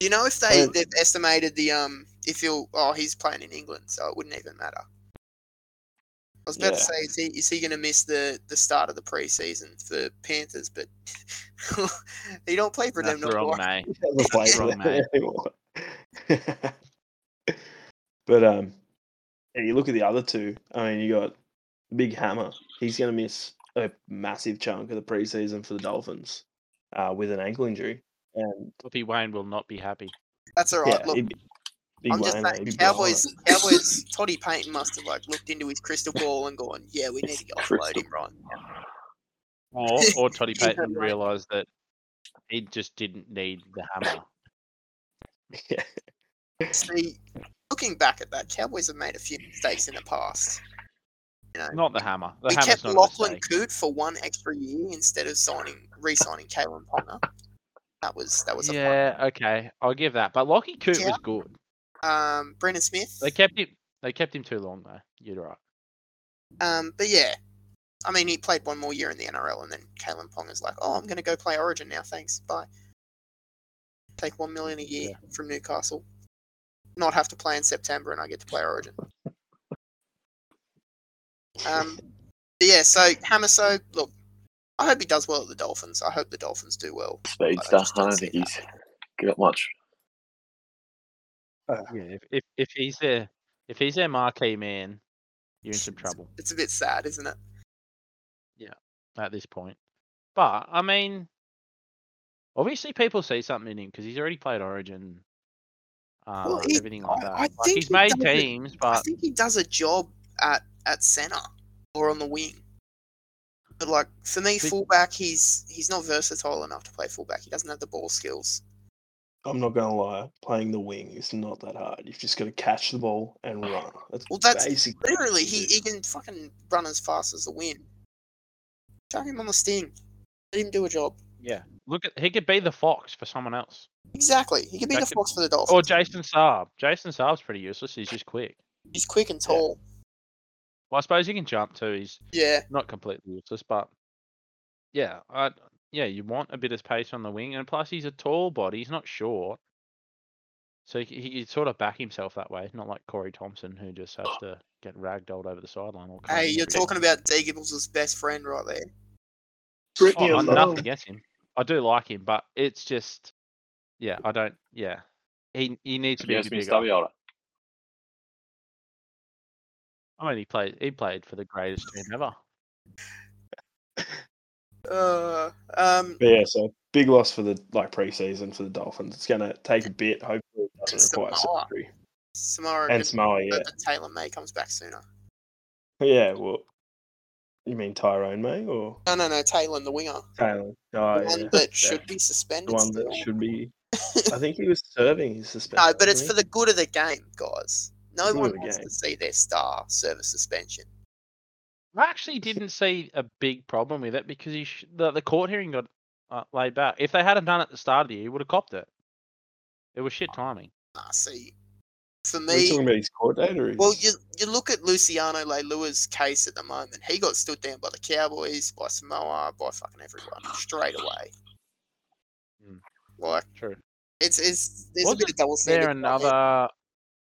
Speaker 1: Do you know if they
Speaker 4: Um,
Speaker 1: they've estimated the um if he'll oh he's playing in England so it wouldn't even matter. I was about to
Speaker 3: Yeah.
Speaker 1: say is he is he going to miss the the start of the preseason for Panthers, but he don't play for
Speaker 2: That's
Speaker 1: them
Speaker 2: the
Speaker 1: no more.
Speaker 2: wrong name.
Speaker 4: Never played
Speaker 2: wrong,
Speaker 4: with
Speaker 2: mate.
Speaker 4: anyone. but um, yeah, you look at the other two. I mean, you got Big Hammer. He's going to miss a massive chunk of the preseason for the Dolphins uh, with an ankle injury. And
Speaker 2: Flippy Wayne will not be happy.
Speaker 1: That's all right.
Speaker 4: yeah,
Speaker 1: Look,
Speaker 4: he'd be- Big
Speaker 1: I'm just
Speaker 4: Wayne,
Speaker 1: saying,
Speaker 4: he'd be
Speaker 1: Cowboys,
Speaker 4: on
Speaker 1: Cowboys, Toddy Payton must have like looked into his crystal ball and gone, yeah, we need to offload
Speaker 3: Crystal
Speaker 1: him, right?
Speaker 2: Or or Toddy
Speaker 1: Yeah,
Speaker 2: Payton
Speaker 1: right.
Speaker 2: realised that he just didn't need the hammer.
Speaker 4: it. Yeah.
Speaker 1: See, looking back at that, Cowboys have made a few mistakes in the past.
Speaker 2: Not the hammer. The
Speaker 1: we
Speaker 2: hammer's
Speaker 1: kept
Speaker 2: not a
Speaker 1: Lachlan
Speaker 2: mistake.
Speaker 1: Coote for one extra year instead of signing, re-signing Kalen Ponga. That was that was a
Speaker 2: Yeah, okay. I'll give that. But Lockie Coot
Speaker 1: Yeah.
Speaker 2: was good.
Speaker 1: a um Brendan Smith.
Speaker 2: They kept him they kept him too long though. You're right.
Speaker 1: Um, but yeah, I mean he played one more year in the NRL, and then Kalen Ponga's like, oh, I'm going to go play Origin now. Thanks, bye. Take one million a year from Newcastle. Not have to play in September, and I get to play Origin. Um, but yeah, so Hamaso, look, I hope he does well at the Dolphins. I hope the Dolphins do well.
Speaker 3: Speedster.
Speaker 1: just
Speaker 3: I
Speaker 1: don't
Speaker 3: don't
Speaker 1: see
Speaker 3: think he's got much.
Speaker 2: Yeah, if, if if he's their if he's their marquee man, you're in some trouble
Speaker 1: It's a bit sad, isn't it?
Speaker 2: at this point. But I mean, obviously people see something in him because he's already played Origin, uh,
Speaker 1: Well,
Speaker 2: and
Speaker 1: he-
Speaker 2: everything like
Speaker 1: I-
Speaker 2: that.
Speaker 1: I
Speaker 2: Like,
Speaker 1: think
Speaker 2: he's
Speaker 1: he
Speaker 2: made
Speaker 1: does it-
Speaker 2: teams,
Speaker 1: I
Speaker 2: but
Speaker 1: think he does a job at at centre or on the wing. But like for me,
Speaker 2: But-
Speaker 1: fullback, he's he's not versatile enough to play fullback. He doesn't have the ball skills.
Speaker 4: I'm not going to lie. Playing the wing is not that hard. You've just got to catch the ball and run. That's
Speaker 1: Well, that's
Speaker 4: basic.
Speaker 1: Literally, he, he can fucking run as fast as the wind. Chuck him on the sting. Let him do a job.
Speaker 2: yeah, look at he could be the fox for someone else
Speaker 1: Exactly. He could be
Speaker 2: That
Speaker 1: the
Speaker 2: could-
Speaker 1: fox for the Dolphins.
Speaker 2: or Jason Saab. Jason Saab's pretty useless. He's just quick.
Speaker 1: he's quick and tall.
Speaker 2: Well, I suppose he can jump too. He's
Speaker 1: Yeah.
Speaker 2: not completely useless, but yeah, I yeah, you want a bit of pace on the wing, and plus he's a tall body. He's not short, so he, he can sort of back himself that way. Not like Corey Thompson, who just has to get ragdolled over the sideline. Or
Speaker 1: Oh. Hey, you're talking about D Gibbles' best friend right there.
Speaker 4: Brittany
Speaker 2: oh, I'm nothing against him. I do like him, but it's just yeah, I don't yeah. He he needs to be a
Speaker 3: Yes,
Speaker 2: bit
Speaker 3: Miss
Speaker 2: bigger.
Speaker 3: Daviola.
Speaker 2: I mean, he played he played for the greatest team ever.
Speaker 1: Uh, um,
Speaker 4: But yeah, so big loss for the like preseason for the Dolphins. It's gonna take a bit. Hopefully, it
Speaker 1: And
Speaker 4: doesn't require
Speaker 1: Samoa.
Speaker 4: surgery.
Speaker 1: Samara
Speaker 4: And Samoa, yeah,
Speaker 1: but Taylor May comes back sooner.
Speaker 4: yeah. Well, you mean Tyrone May or
Speaker 1: No, no, no, Taylor, the winger,
Speaker 4: Taylor?
Speaker 1: the
Speaker 4: Oh,
Speaker 1: one
Speaker 4: yeah.
Speaker 1: that
Speaker 4: Yeah,
Speaker 1: should be
Speaker 4: the
Speaker 1: suspended.
Speaker 4: one that
Speaker 1: still.
Speaker 4: should be. I think he was serving his suspension.
Speaker 1: No, but it's
Speaker 4: wasn't
Speaker 1: for the good of the game, guys. No
Speaker 4: Good of
Speaker 1: one
Speaker 4: the
Speaker 1: wants
Speaker 4: game.
Speaker 1: to see their star serve a suspension.
Speaker 2: I actually didn't see a big problem with it because he sh- the, the court hearing got uh, laid back. If they had have done it at the start of the year, he would have copped it. It was shit timing.
Speaker 1: Ah, see, for
Speaker 4: he? Are we
Speaker 1: me,
Speaker 4: talking about his coordinator. or
Speaker 1: well,
Speaker 4: his-
Speaker 1: you you look at Luciano Leilua's case at the moment. He got stood down by the Cowboys, by Samoa, by fucking everyone straight away.
Speaker 2: Hmm.
Speaker 1: Like
Speaker 2: True.
Speaker 1: it's it's there's a
Speaker 2: Wasn't
Speaker 1: bit of double
Speaker 2: There
Speaker 1: standard. right there.
Speaker 2: another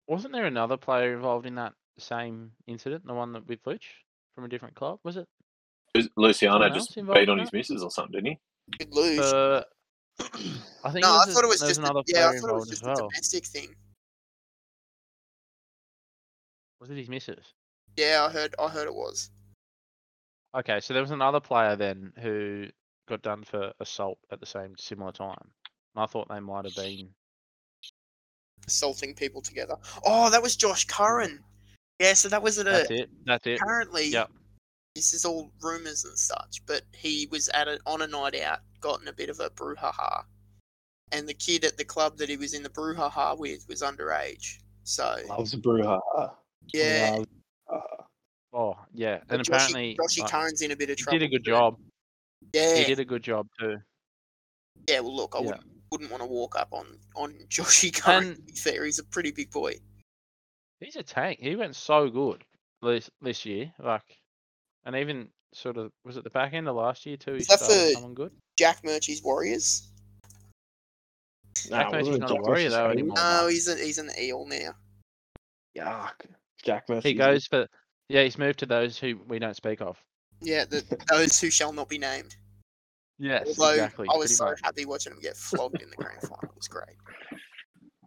Speaker 2: wasn't there another player involved in that same incident, the one that with Luch from a different club, was it?
Speaker 3: Lu- Luciano
Speaker 2: Someone
Speaker 3: just
Speaker 2: else involved
Speaker 3: beat on
Speaker 2: in
Speaker 3: his missus or something, didn't he?
Speaker 1: Good luge.
Speaker 2: Uh, I think
Speaker 1: no, I
Speaker 2: there's a-
Speaker 1: thought it was
Speaker 2: there's
Speaker 1: just a,
Speaker 2: another
Speaker 1: yeah,
Speaker 2: player
Speaker 1: I thought it was
Speaker 2: involved
Speaker 1: just a
Speaker 2: as well.
Speaker 1: domestic thing.
Speaker 2: Was it his missus?
Speaker 1: Yeah, I heard I heard it was.
Speaker 2: Okay, so there was another player then who got done for assault at the same similar time. And I thought they might have been
Speaker 1: Assaulting people together. Oh, that was Josh Curran. Yeah, so that was at
Speaker 2: That's
Speaker 1: a
Speaker 2: it. That's it.
Speaker 1: apparently
Speaker 2: Yep.
Speaker 1: this is all rumors and such, but he was at it on a night out, gotten a bit of a brouhaha, and the kid at the club that he was in the brouhaha with was underage. So
Speaker 4: loves a brouhaha.
Speaker 1: yeah,
Speaker 4: Loves a brouhaha.
Speaker 2: Oh, yeah. And
Speaker 1: Joshy-
Speaker 2: apparently
Speaker 1: Joshy
Speaker 2: like,
Speaker 1: Curran's in a bit of
Speaker 2: he
Speaker 1: trouble.
Speaker 2: did a good
Speaker 1: for it.
Speaker 2: job.
Speaker 1: Yeah,
Speaker 2: He did a good job too.
Speaker 1: yeah. Well, look, I
Speaker 2: Yeah.
Speaker 1: wouldn't wouldn't want to walk up on on Joshy Curran. to
Speaker 2: And-
Speaker 1: be fair, he's a pretty big boy.
Speaker 2: He's a tank. He went so good this this year. Like and even sort of was it the back end of last year too? He
Speaker 1: Is that
Speaker 2: started with
Speaker 1: for-
Speaker 2: someone good?
Speaker 1: Jack Murchie's Warriors.
Speaker 4: Nah,
Speaker 2: Jack Murphy's
Speaker 4: wasn't it
Speaker 2: not a
Speaker 4: Jack
Speaker 2: warrior,
Speaker 4: Murphy's
Speaker 2: though,
Speaker 4: favorite?
Speaker 2: anymore.
Speaker 1: No, he's an he's an eel now.
Speaker 4: Yuck. Jack Murphy.
Speaker 2: He goes for yeah. He's moved to those who we don't speak of.
Speaker 1: Yeah, the, those who shall not be named.
Speaker 2: Yes,
Speaker 1: Although
Speaker 2: exactly.
Speaker 1: I was
Speaker 2: pretty
Speaker 1: so
Speaker 2: much.
Speaker 1: happy watching him get flogged in the grand final. It was great.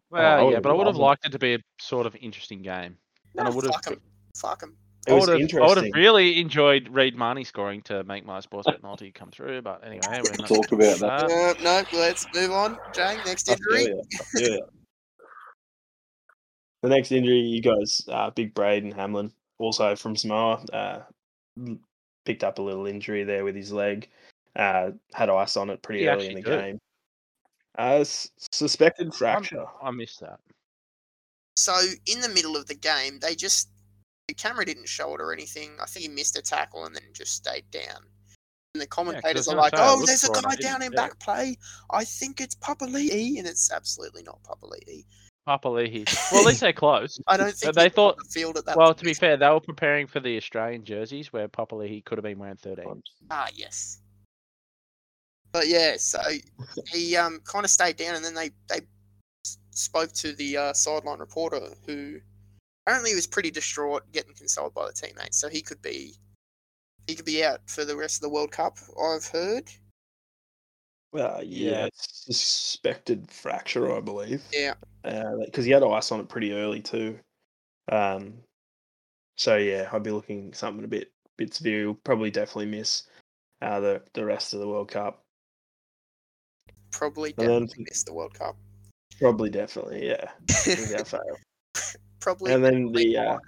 Speaker 2: Well,
Speaker 4: I
Speaker 2: yeah, but I would have
Speaker 4: would've
Speaker 2: liked it to be a sort of interesting game. And I
Speaker 1: No,
Speaker 2: would've-
Speaker 1: fuck him. Fuck him.
Speaker 4: It was
Speaker 2: I would have, I would
Speaker 4: interesting.
Speaker 2: have really enjoyed Reid Marnie scoring to make my sports bet multi come through, but anyway, we're not
Speaker 3: Talk
Speaker 2: gonna
Speaker 3: about that.
Speaker 2: start.
Speaker 1: Uh, no, let's move on. Jane, next
Speaker 4: I feel
Speaker 1: injury.
Speaker 4: ya, I feel ya. The next injury you guys, uh, Big Braid and Hamlin, also from Samoa, uh, l- picked up a little injury there with his leg. Uh, had ice on it pretty
Speaker 2: He
Speaker 4: early in the
Speaker 2: actually do?
Speaker 4: game. Uh, s- suspected
Speaker 2: I'm-
Speaker 4: fracture.
Speaker 2: I missed that.
Speaker 1: So in the middle of the game, they just the camera didn't show it or anything. I think he missed a tackle and then just stayed down. And the commentators
Speaker 2: I
Speaker 1: are
Speaker 2: was
Speaker 1: like,
Speaker 2: gonna say, I
Speaker 1: "Oh,
Speaker 2: looked
Speaker 1: there's a
Speaker 2: for it, I
Speaker 1: guy
Speaker 2: didn't
Speaker 1: down in
Speaker 2: see it."
Speaker 1: back play. I think it's Papali'i," and it's absolutely not Papali'i.
Speaker 2: Papalihi. Well, at least they're close.
Speaker 1: I don't think
Speaker 2: they
Speaker 1: he'd
Speaker 2: thought-
Speaker 1: on the field at that.
Speaker 2: Well, to be
Speaker 1: position.
Speaker 2: fair, they were preparing for the Australian jerseys where Papalihi could have been wearing 13.
Speaker 1: ah, yes. But yeah, so he um kind of stayed down, and then they they s- spoke to the uh, sideline reporter who apparently was pretty distraught, getting consoled by the teammates. So he could be he could be out for the rest of the World Cup. I've heard.
Speaker 4: Well, yeah,
Speaker 2: Yeah.
Speaker 4: it's suspected fracture, I believe.
Speaker 1: Yeah.
Speaker 4: because he had ice on it pretty early too. Um, so yeah, I'd be looking something a bit bit severe. He'll probably definitely miss uh, the the rest of the World Cup.
Speaker 1: Probably
Speaker 4: And then-
Speaker 1: definitely missed the World Cup.
Speaker 4: Probably, definitely, yeah, without fail.
Speaker 1: Probably.
Speaker 4: And then
Speaker 1: definitely
Speaker 4: the uh,
Speaker 1: not.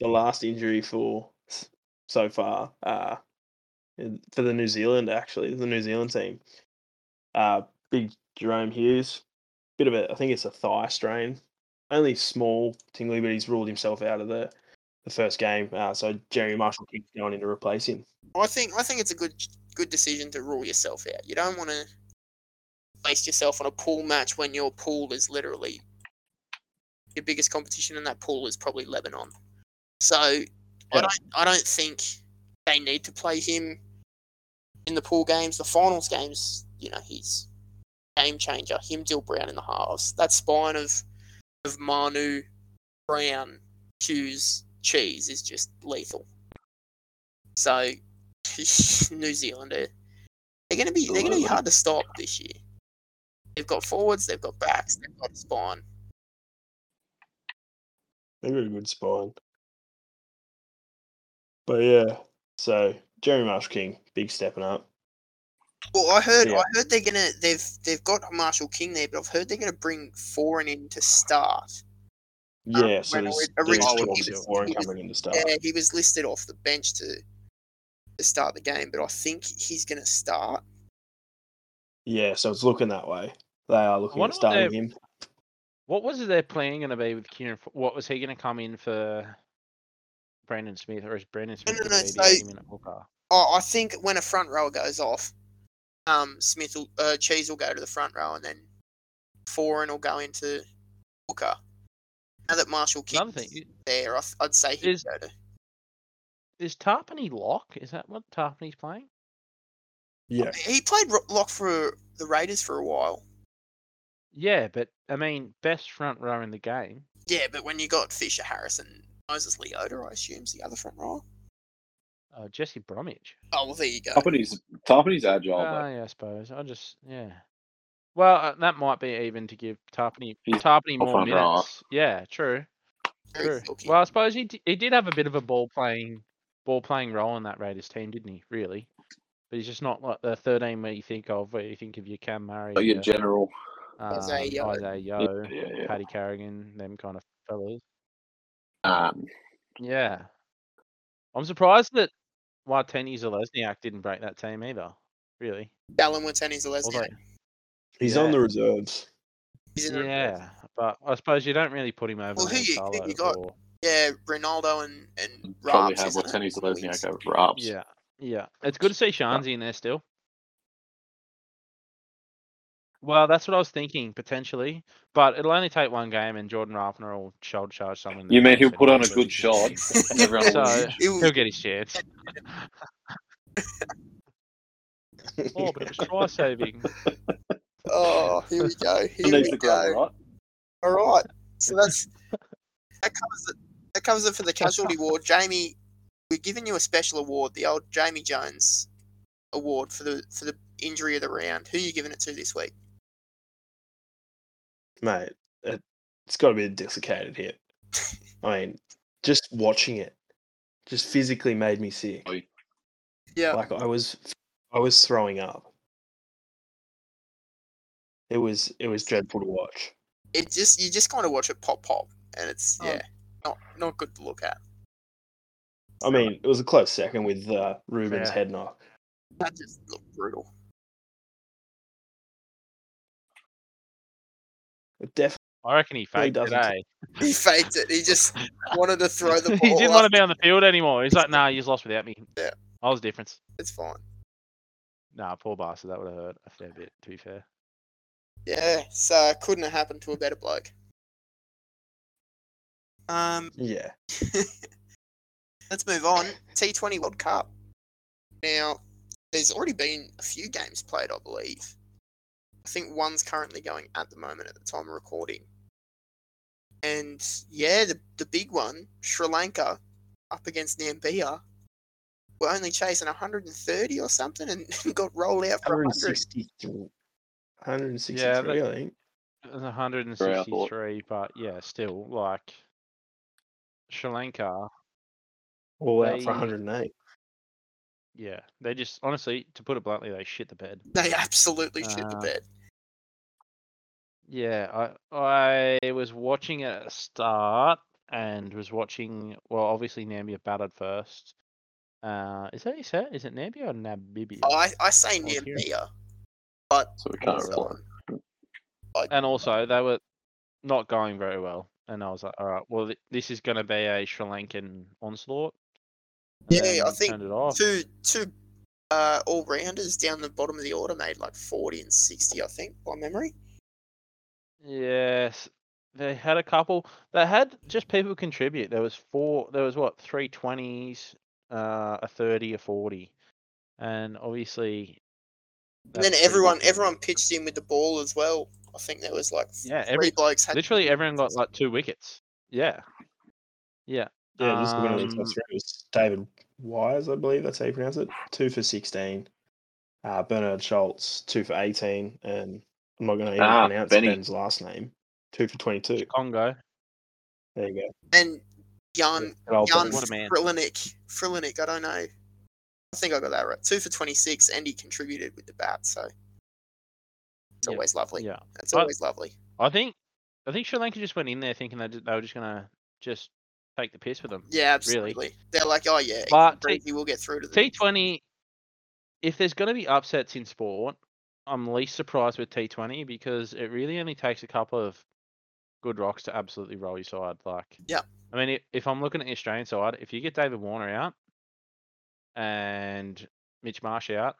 Speaker 4: the last injury for s- so far uh, in- for the New Zealand actually the New Zealand team, uh, big Jerome Hughes, bit of a I think it's a thigh strain, only small tingly, but he's ruled himself out of the the first game. Uh, so Jerry Marshall keeps going in to replace him.
Speaker 1: I think I think it's a good good decision to rule yourself out. You don't want to place yourself on a pool match when your pool is literally your biggest competition in that pool is probably Lebanon. So I
Speaker 4: Yeah.
Speaker 1: don't I don't think they need to play him in the pool games. The finals games, you know, he's game changer. Him, Dill Brown in the halves. That spine of of Manu, Brown, Hughes, Cheese is just lethal. So New Zealand are they're gonna be they're gonna be hard to stop this year. They've got forwards, they've got backs, they've got spine.
Speaker 4: They got a good spine. But yeah, so Jerry Marshall King, big stepping up.
Speaker 1: Well, I heard
Speaker 4: Yeah.
Speaker 1: I heard they're gonna they've they've got Marshall King there, but I've heard they're gonna bring Foreign in to start. Um,
Speaker 4: Yeah, so
Speaker 1: when
Speaker 4: there's,
Speaker 1: ori-
Speaker 4: there's
Speaker 1: originally
Speaker 4: talks
Speaker 1: he
Speaker 4: of
Speaker 1: was-
Speaker 4: Warren
Speaker 1: he was-
Speaker 4: coming in to start.
Speaker 1: Yeah, he was listed off the bench to to start the game, but I think he's gonna start.
Speaker 4: Yeah, so it's looking that way. They are looking
Speaker 2: wonder
Speaker 4: at
Speaker 2: what
Speaker 4: starting him.
Speaker 2: What was their plan going to be with Kieran? F- What was he going to come in for Brandon Smith, or is Brandon Smith
Speaker 1: no,
Speaker 2: going
Speaker 1: no,
Speaker 2: to be
Speaker 1: so-
Speaker 2: the 80 minute hooker?
Speaker 1: Oh, I think when a front row goes off, um, Smith will, uh, Cheese will go to the front row, and then Foreign will go into Hooker. Now that Marshall
Speaker 2: Another
Speaker 1: King's
Speaker 2: thing, i-
Speaker 1: there, I th- I'd say he'd
Speaker 2: Is-
Speaker 1: go to.
Speaker 2: is Tarpany lock? Is that what Tarpany's playing?
Speaker 4: Yeah,
Speaker 1: He played ro- lock for the Raiders for a while.
Speaker 2: Yeah, but I mean, best front row in the game.
Speaker 1: Yeah, but when you got Fisher Harris and Moses Leota, I assume's the other front row.
Speaker 2: Uh, Jesse Bromwich.
Speaker 1: Oh well, there you go.
Speaker 3: Tarpany's Tarpany's agile.
Speaker 2: Oh,
Speaker 3: though.
Speaker 2: yeah, I suppose. I just yeah. Well, uh, that might be even to give Tarpany
Speaker 3: He's
Speaker 2: Tarpany
Speaker 3: a
Speaker 2: more
Speaker 3: front rower.
Speaker 2: minutes. Yeah, true.
Speaker 1: Very
Speaker 2: True.
Speaker 1: silky.
Speaker 2: Well, I suppose he d- he did have a bit of a ball playing ball playing role in that Raiders team, didn't he? Really, but he's just not like the thirteen where you think of where you think of your Cam Murray,
Speaker 3: Like your
Speaker 2: your,
Speaker 3: general.
Speaker 2: um,
Speaker 1: Oh, Isaiah
Speaker 2: Isaiah
Speaker 1: Yeo.
Speaker 2: Yo,
Speaker 3: Yeah, yeah.
Speaker 2: Paddy Carrigan, them kind of fellas.
Speaker 3: Um,
Speaker 2: Yeah, I'm surprised that Wateni Zalesniak didn't break that team either. Really,
Speaker 1: Dallin Watani's a lesbian.
Speaker 2: although
Speaker 4: he's on
Speaker 2: yeah.
Speaker 4: the reserves.
Speaker 1: He's in the reserves.
Speaker 2: yeah, but I suppose you don't really put him over.
Speaker 1: Well, who you- who
Speaker 2: Lautaro
Speaker 1: you got?
Speaker 2: or-
Speaker 1: Yeah, Ronaldo and and
Speaker 3: probably
Speaker 1: Raps,
Speaker 3: have
Speaker 1: isn't it?
Speaker 3: Watani Selesniak
Speaker 1: Wings.
Speaker 3: over Raps.
Speaker 2: Yeah, yeah. It's good to see Shanzi in there still. Well, that's what I was thinking potentially, but it'll only take one game, and Jordan Rafner will shoulder charge someone. in the
Speaker 3: You mean
Speaker 2: face
Speaker 3: he'll put on
Speaker 2: anyway,
Speaker 3: a
Speaker 2: so
Speaker 3: good
Speaker 2: he's-
Speaker 3: shot? and everyone will
Speaker 2: So-
Speaker 3: whinge?
Speaker 1: Ew.
Speaker 2: He'll get his chance. oh, but it was try saving.
Speaker 1: Oh, here we go.
Speaker 3: He
Speaker 1: Here
Speaker 3: needs
Speaker 1: we
Speaker 3: the
Speaker 1: go.
Speaker 3: grub, right?
Speaker 1: All right. So that's that covers it. That covers it for the casualty ward. Jamie, we're giving you a special award, the old Jamie Jones award for the for the injury of the round. Who are you giving it to this week?
Speaker 4: mate. It, it's got to be a dislocated hip. I mean, just watching it, just physically made me sick.
Speaker 1: Yeah.
Speaker 4: Like I was, I was throwing up. It was it was dreadful to watch.
Speaker 1: It just you just kind of watch it pop pop, and it's
Speaker 3: Oh.
Speaker 1: yeah, not not good to look at.
Speaker 4: I mean, it was a close second with uh, Ruben's
Speaker 2: Yeah.
Speaker 4: head knock.
Speaker 1: That just looked brutal.
Speaker 4: It definitely
Speaker 2: I reckon he faked
Speaker 4: doesn't.
Speaker 2: today.
Speaker 1: He faked it. He just wanted to throw the ball.
Speaker 2: he didn't want to
Speaker 1: up.
Speaker 2: be on the field anymore. He's like, nah, you lost without me.
Speaker 1: Yeah.
Speaker 2: I was the difference.
Speaker 1: It's fine.
Speaker 2: Nah, poor bastard. That would have hurt a fair bit. To be fair.
Speaker 1: Yeah. So couldn't have happened to a better bloke. Um.
Speaker 4: yeah.
Speaker 1: Let's move on. T20 World Cup. Now, there's already been a few games played, I believe. I think one's currently going at the moment at the time of recording. And yeah, the, the big one, Sri Lanka up against Namibia, were only chasing 130 or something and got rolled out for 100.
Speaker 4: 163, 163
Speaker 2: Yeah,
Speaker 4: I think.
Speaker 2: It was 163,
Speaker 3: 163,
Speaker 2: but yeah, still like Sri Lanka.
Speaker 4: All out for
Speaker 2: they-
Speaker 4: 108.
Speaker 2: Yeah, they just honestly, to put it bluntly, they shit the bed.
Speaker 1: They absolutely shit the
Speaker 2: Uh,
Speaker 1: bed.
Speaker 2: Yeah, I I was watching it at the start and was watching. Well, obviously Nambia batted first. Uh, is that you said? Is it Nambia or Namibia?
Speaker 1: I, I say
Speaker 2: Oh, here.
Speaker 1: Namibia.
Speaker 3: So we can't
Speaker 1: Also,
Speaker 3: reply.
Speaker 2: and also they were not going very well. And I was like, all right, well, th- this is going to be a Sri Lankan onslaught. And
Speaker 1: Yeah, I
Speaker 2: then
Speaker 1: think
Speaker 2: turned it off.
Speaker 1: two two uh, all rounders down the bottom of the order made like forty and sixty, I think, by memory.
Speaker 2: Yes, they had a couple. They had just people contribute. There was four. There was what three twenties, uh, a thirty, a forty, and obviously. that
Speaker 1: And then
Speaker 2: was pretty
Speaker 1: everyone
Speaker 2: much all.
Speaker 1: everyone pitched in with the ball as well. I think there was like
Speaker 2: Yeah,
Speaker 1: three
Speaker 2: every
Speaker 1: blokes had
Speaker 2: literally everyone got like two wickets. Yeah, yeah,
Speaker 4: Yeah, just the winner of the
Speaker 2: Um,
Speaker 4: first round was David Wise, I believe that's how you pronounce it. Two for sixteen. Uh, Bernard Schultz, two for eighteen, and I'm not going to even
Speaker 3: Ah,
Speaker 4: pronounce
Speaker 3: Benny.
Speaker 4: Ben's last name. Two for twenty-two.
Speaker 2: Congo.
Speaker 4: There you
Speaker 1: and
Speaker 4: go.
Speaker 1: Jan
Speaker 4: Good old
Speaker 1: Jan
Speaker 4: Benny.
Speaker 2: Oh, What a man.
Speaker 1: Frilinik Frilinik, I don't know. I think I got that right. Two for twenty six and he contributed with the bat, so it's
Speaker 2: Yeah,
Speaker 1: always lovely.
Speaker 2: Yeah,
Speaker 1: It's
Speaker 2: but-
Speaker 1: always lovely.
Speaker 2: I think, I think Sri Lanka just went in there thinking they they were just gonna just take the piss with them.
Speaker 1: Yeah,
Speaker 2: really.
Speaker 1: absolutely. They're like, oh yeah,
Speaker 2: But
Speaker 1: it's crazy, we'll get through to them.
Speaker 2: T twenty. If there's going to be upsets in sport, I'm least surprised with T twenty because it really only takes a couple of good rocks to absolutely roll your side. Like,
Speaker 1: Yep.
Speaker 2: I mean, i- if I'm looking at the Australian side, if you get David Warner out and Mitch Marsh out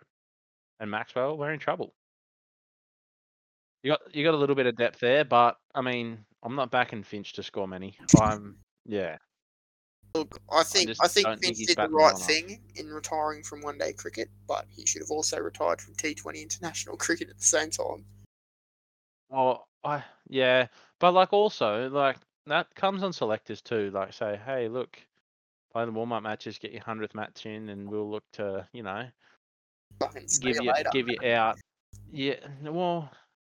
Speaker 2: and Maxwell, we're in trouble. You got you got a little bit of depth there, but I mean, I'm not backing Finch to score many. I'm yeah.
Speaker 1: Look, I think
Speaker 2: just
Speaker 1: I, think
Speaker 2: don't think
Speaker 1: Vince
Speaker 2: he's
Speaker 1: did the
Speaker 2: batting
Speaker 1: right
Speaker 2: well enough.
Speaker 1: thing in retiring from one day cricket, but he should have also retired from T twenty international cricket at the same time.
Speaker 2: Oh, I yeah, but like also like that comes on selectors too. Like say, hey, look, play the warm up matches, get your hundredth match in, and we'll look to you know
Speaker 1: Fucking see
Speaker 2: give
Speaker 1: you
Speaker 2: you
Speaker 1: later.
Speaker 2: give you out. Yeah, n- well,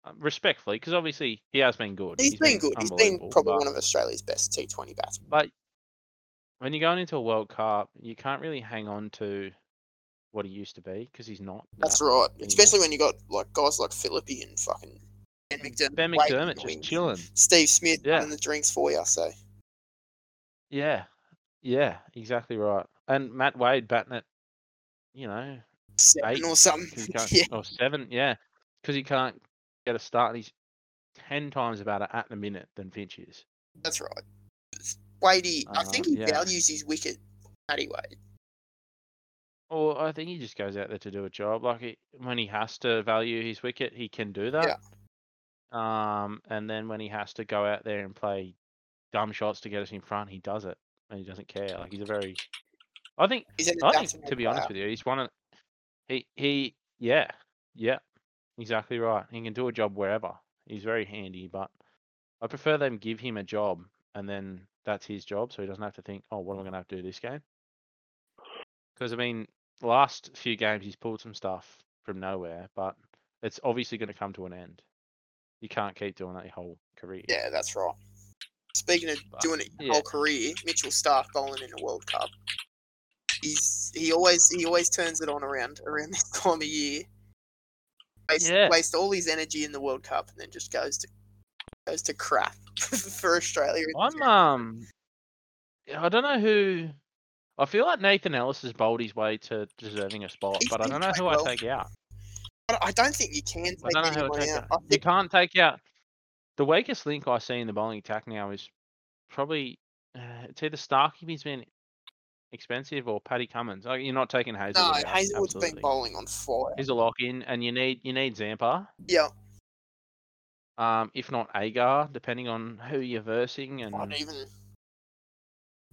Speaker 2: uh, respectfully, because obviously he has been good.
Speaker 1: he's been good. He's been
Speaker 2: unbelievable,
Speaker 1: probably
Speaker 2: but
Speaker 1: one of Australia's best T twenty batsmen.
Speaker 2: when you're going into a World Cup, you can't really hang on to what he used to be because he's not.
Speaker 1: That's
Speaker 2: that.
Speaker 1: right.
Speaker 2: he-
Speaker 1: Especially when you got like guys like Philippi and fucking Ben McDermott,
Speaker 2: Ben
Speaker 1: waiting in
Speaker 2: McDermott
Speaker 1: the
Speaker 2: just
Speaker 1: wings.
Speaker 2: chilling.
Speaker 1: Steve Smith
Speaker 2: Yeah.
Speaker 1: running the drinks for you. So
Speaker 2: Yeah, yeah, exactly right. And Matt Wade batting it, you know,
Speaker 1: seven
Speaker 2: Eight,
Speaker 1: or something.
Speaker 2: 'cause he can't,
Speaker 1: yeah,
Speaker 2: or seven, yeah, because he can't get a start. and He's ten times better at the minute than Finch is.
Speaker 1: that's right. Wadey, I
Speaker 2: Uh,
Speaker 1: think he
Speaker 2: yeah.
Speaker 1: values his wicket. Anyway,
Speaker 2: Or I think he just goes out there to do a job. Like he, when he has to value his wicket, he can do that. Um, and then when he has to go out there and play dumb shots to get us in front, he does it, and he doesn't care. Like he's a very, I think,
Speaker 1: he's an
Speaker 2: I
Speaker 1: adaptable
Speaker 2: think to be honest with you, he's one of, he he yeah yeah Exactly right. He can do a job wherever. He's very handy, but I prefer them give him a job and then that's his job, so he doesn't have to think, oh, what am I going to have to do this game? Because I mean, last few games he's pulled some stuff from nowhere, but it's obviously going to come to an end. You can't keep doing that your whole career.
Speaker 1: Yeah, that's right. Speaking of
Speaker 2: But-
Speaker 1: doing it your
Speaker 2: yeah.
Speaker 1: whole career, Mitchell Stark bowling in the World Cup. He's he always he always turns it on around around this time of year. Waste,
Speaker 2: Yeah.
Speaker 1: waste all his energy in the World Cup and then just goes to goes to crap for Australia.
Speaker 2: I'm um, I don't know who. I feel like Nathan Ellis has bowled his way to deserving a spot,
Speaker 1: He's
Speaker 2: but I
Speaker 1: been
Speaker 2: don't know who
Speaker 1: playing
Speaker 2: I
Speaker 1: well.
Speaker 2: take out.
Speaker 1: I don't- I don't think you can
Speaker 2: I
Speaker 1: take
Speaker 2: don't know how
Speaker 1: anyone
Speaker 2: to take
Speaker 1: out.
Speaker 2: out.
Speaker 1: I
Speaker 2: You
Speaker 1: think
Speaker 2: can't take out. The weakest link I see in the bowling attack now is probably uh, it's either Starkey, he's been expensive, or Paddy Cummins. Like, you're not taking
Speaker 1: no,
Speaker 2: Hazelwood. out,
Speaker 1: Hazelwood's been
Speaker 2: absolutely.
Speaker 1: bowling on fire.
Speaker 2: He's a lock in, and you need you need Zampa,
Speaker 1: Yeah,
Speaker 2: um, if not Agar, depending on who you're versing, and
Speaker 1: I'd even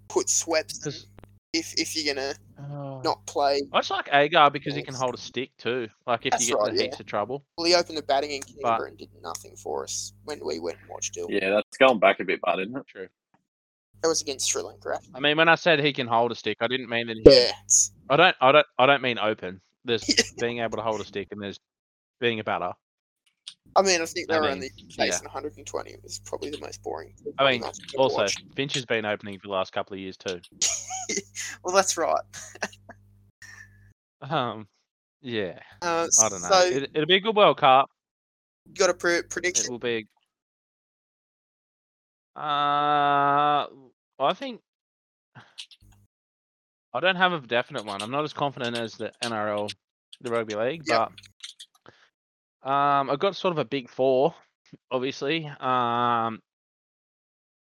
Speaker 1: put Sweps in
Speaker 2: 'cause,
Speaker 1: if if you're gonna
Speaker 2: uh,
Speaker 1: not play.
Speaker 2: I just like Agar because he can
Speaker 1: Yes.
Speaker 2: hold a stick too. Like if
Speaker 1: That's
Speaker 2: you get
Speaker 1: right,
Speaker 2: into
Speaker 1: yeah.
Speaker 2: heaps of trouble.
Speaker 1: Well, he opened the batting in Canberra and did nothing for us when we went and watched it.
Speaker 3: Yeah, that's going back a bit, but isn't it?
Speaker 2: True.
Speaker 1: That was against Sri Lanka. actually.
Speaker 2: I mean, when I said he can hold a stick, I didn't mean that. He,
Speaker 1: Yeah, it's-
Speaker 2: I don't. I don't. I don't mean open. There's being able to hold a stick, and there's being a batter.
Speaker 1: I mean, I think they
Speaker 2: I
Speaker 1: were
Speaker 2: mean,
Speaker 1: only
Speaker 2: yeah.
Speaker 1: chasing 120. It was probably the most boring.
Speaker 2: I mean,
Speaker 1: match I've ever
Speaker 2: Also,
Speaker 1: watched.
Speaker 2: Finch has been opening for the last couple of years too.
Speaker 1: well, that's right.
Speaker 2: Um, yeah.
Speaker 1: Uh,
Speaker 2: I don't know.
Speaker 1: So you
Speaker 2: it, it'll be a good World Cup.
Speaker 1: got a pre-
Speaker 2: It
Speaker 1: prediction?
Speaker 2: will be. Uh, I think I don't have a definite one. I'm not as confident as the NRL, the rugby league,
Speaker 1: Yep.
Speaker 2: but um, I've got sort of a big four, obviously. Um,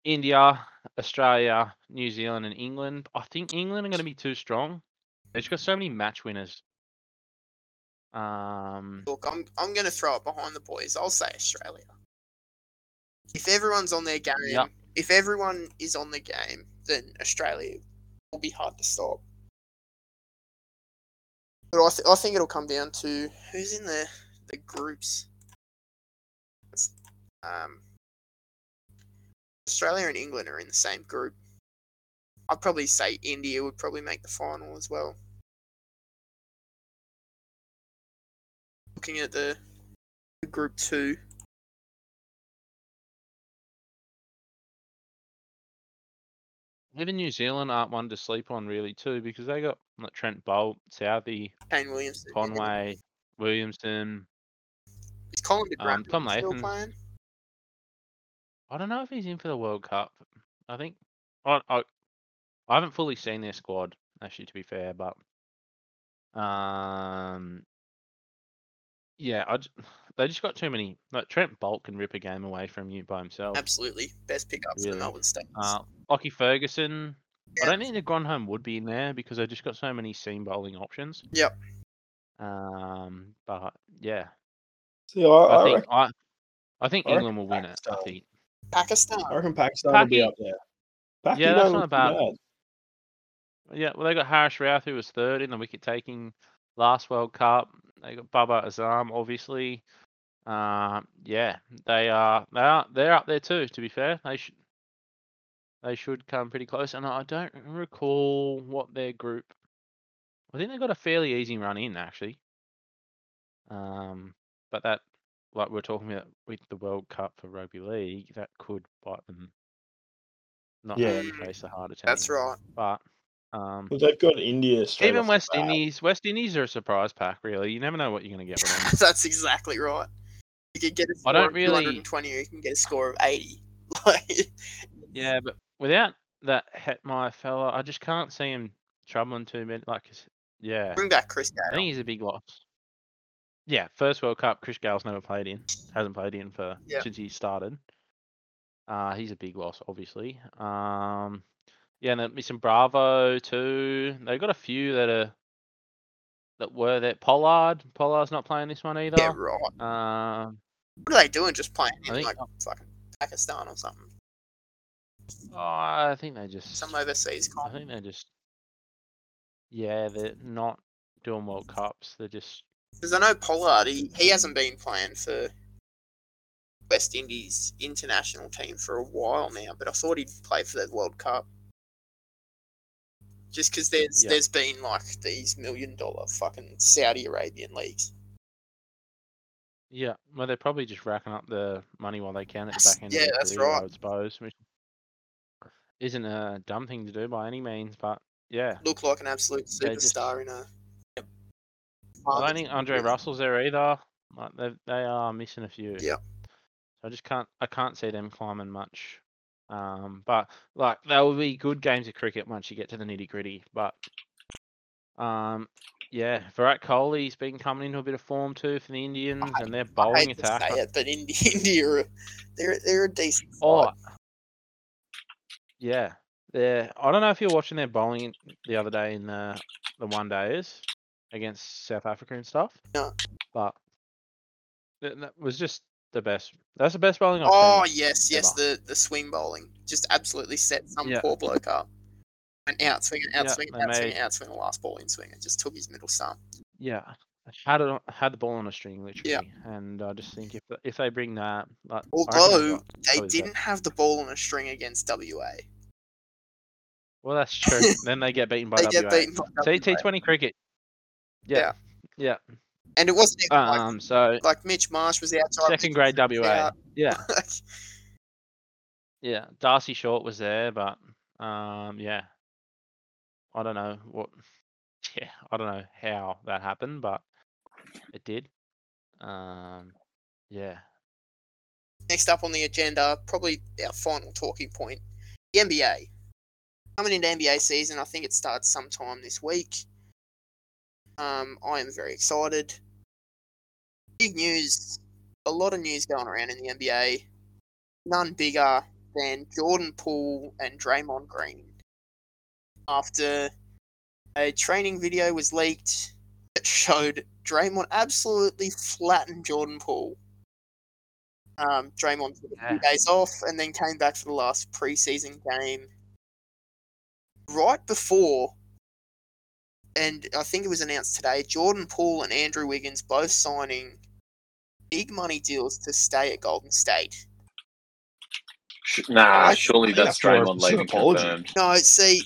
Speaker 2: India, Australia, New Zealand, and England. I think England are going to be too strong. They've got so many match winners. Um,
Speaker 1: Look, I'm I'm going to throw it behind the boys. I'll say Australia. If everyone's on their game,
Speaker 2: Yep.
Speaker 1: if everyone is on the game, then Australia will be hard to stop. But I, th- I think it'll come down to who's in the the groups. It's, um, Australia and England are in the same group. I'd probably say India would probably make the final as well. Looking at the, the group two,
Speaker 2: even New Zealand aren't one to sleep on really too because they got like Trent Bolt, Southey,
Speaker 1: Kane Williamson,
Speaker 2: Conway, Williamson.
Speaker 1: is Colin de
Speaker 2: um,
Speaker 1: Grandville
Speaker 2: Tom
Speaker 1: still
Speaker 2: Latham.
Speaker 1: playing?
Speaker 2: I don't know if he's in for the World Cup. I think I I, I haven't fully seen their squad actually, to be fair, but um, yeah, I j- they just got too many. Like Trent Bolt can rip a game away from you by himself.
Speaker 1: Absolutely, best pickup for the
Speaker 2: Oh. Really?
Speaker 1: Melbourne States.
Speaker 2: Uh, Lockie Ferguson.
Speaker 1: Yeah.
Speaker 2: I don't think the Gronholm would be in there because they just got so many seam bowling options.
Speaker 1: Yep.
Speaker 2: Um, but yeah,
Speaker 4: See, I, I,
Speaker 2: I think
Speaker 4: reckon,
Speaker 2: I, I think
Speaker 4: I reckon
Speaker 2: England will win it. I
Speaker 4: Pakistan.
Speaker 2: think.
Speaker 1: Pakistan.
Speaker 4: I reckon Pakistan will be
Speaker 2: Paki-
Speaker 4: up there. Paki
Speaker 2: Yeah,
Speaker 4: yeah,
Speaker 2: that's
Speaker 4: don't
Speaker 2: not
Speaker 4: look
Speaker 2: bad.
Speaker 4: bad. bad.
Speaker 2: Yeah, well, they got Harris Routh, who was third in the wicket taking last World Cup. They got Baba Azam, obviously. Um, yeah, they are they are they're up there too. To be fair, they should they should come pretty close. And I don't recall what their group. I think they got a fairly easy run in actually. Um, but that like we we're talking about with the World Cup for rugby league, that could bite them. Not
Speaker 4: Yeah.
Speaker 2: having to face the harder teams.
Speaker 1: That's right.
Speaker 2: But um,
Speaker 4: Well, they've got India straight off
Speaker 2: Even
Speaker 4: the
Speaker 2: West
Speaker 4: bat.
Speaker 2: Indies, West Indies are a surprise pack, really. You never know what you're going to get with them.
Speaker 1: That's exactly right. You can get a score
Speaker 2: I don't
Speaker 1: of
Speaker 2: really-
Speaker 1: 220 or you can get a score of 80. Like,
Speaker 2: yeah, but without that Hetmeyer fella, I just can't see him troubling too many. Like, it's- yeah,
Speaker 1: bring back Chris
Speaker 2: I
Speaker 1: Gayle.
Speaker 2: think he's a big loss. Yeah, first World Cup, Chris Gale's never played in, hasn't played in for
Speaker 1: Yeah.
Speaker 2: since he started. Uh, he's a big loss, obviously. Um, yeah, and there'll be some Bravo too. They've got a few that are that were there. Pollard, Pollard's not playing this one either.
Speaker 1: Yeah, right. What
Speaker 2: Um,
Speaker 1: are they doing? Just playing
Speaker 2: uh, I
Speaker 1: in
Speaker 2: think- uh,
Speaker 1: like fucking Pakistan or something.
Speaker 2: oh, I think they just
Speaker 1: Some overseas
Speaker 2: I
Speaker 1: comp.
Speaker 2: think they're just yeah, they're not doing World Cups. They're just
Speaker 1: Because I know Pollard, he, he hasn't been playing for West Indies international team for a while now, but I thought he'd play for the World Cup. Just because there's
Speaker 2: Yeah.
Speaker 1: there's been like these million dollar fucking Saudi Arabian leagues.
Speaker 2: Yeah, well, they're probably just racking up the money while they can at the
Speaker 1: That's-
Speaker 2: back end. of
Speaker 1: yeah,
Speaker 2: their
Speaker 1: that's
Speaker 2: career, I
Speaker 1: right.
Speaker 2: would suppose, which isn't a dumb thing to do by any means, but yeah.
Speaker 1: Look like an absolute
Speaker 2: They just-
Speaker 1: superstar in a.
Speaker 2: I don't think Andre Russell's there either. Like they they are missing a few.
Speaker 1: Yeah.
Speaker 2: So I just can't I can't see them climbing much. Um, but like they will be good games of cricket once you get to the nitty gritty. But um, yeah, Virat Kohli's been coming into a bit of form too for the Indians and their
Speaker 1: I
Speaker 2: bowling
Speaker 1: hate to
Speaker 2: attack.
Speaker 1: say
Speaker 2: I-
Speaker 1: it, but India, India, are- they're they're a decent.
Speaker 2: Oh,
Speaker 1: side.
Speaker 2: yeah. They're, I don't know if you're watching their bowling the other day in the the one days against South Africa and stuff.
Speaker 1: No.
Speaker 2: But that, that was just the best. That's the best bowling I've
Speaker 1: oh
Speaker 2: seen.
Speaker 1: yes, yes, the the swing bowling just absolutely set some
Speaker 2: Yeah.
Speaker 1: poor bloke up. An outswing, an
Speaker 2: Yeah,
Speaker 1: outswing,
Speaker 2: they
Speaker 1: an outswing,
Speaker 2: made-
Speaker 1: an outswing, the last ball in swing, and just took his middle stump.
Speaker 2: Yeah. Had it on, had the ball on a string literally, and I just think if the- if they bring that, like, I reckon they've
Speaker 1: Although
Speaker 2: got-
Speaker 1: they
Speaker 2: Probably the
Speaker 1: didn't have the ball on a string against WA,
Speaker 2: well, that's true. then they get beaten by
Speaker 1: they
Speaker 2: WA.
Speaker 1: get beaten. By
Speaker 2: See,
Speaker 1: WA.
Speaker 2: T20 cricket. Yeah, yeah.
Speaker 1: and it wasn't even like,
Speaker 2: Um, so
Speaker 1: like Mitch Marsh was outside.
Speaker 2: second grade WA.
Speaker 1: out.
Speaker 2: Yeah,
Speaker 1: Like,
Speaker 2: Yeah, Darcy Short was there, but um, yeah, I don't know what. Yeah, I don't know how that happened, but it did. Um, yeah,
Speaker 1: next up on the agenda, probably our final talking point, the NBA. Coming into NBA season, I think it starts sometime this week. Um, I am very excited. Big news, a lot of news going around in the NBA. None bigger than Jordan Poole and Draymond Green. After a training video was leaked that showed Draymond absolutely flattened Jordan Poole um, Draymond took a few days off and then came back for the last preseason game right before. And I think it was announced today Jordan Poole and Andrew Wiggins both signing big money deals to stay at Golden State.
Speaker 3: Sh- Nah,
Speaker 1: I-
Speaker 3: surely
Speaker 4: I think
Speaker 3: that's
Speaker 4: that's more of
Speaker 3: Draymond
Speaker 4: just an
Speaker 3: leaving
Speaker 4: apology.
Speaker 3: confirmed.
Speaker 1: No, see,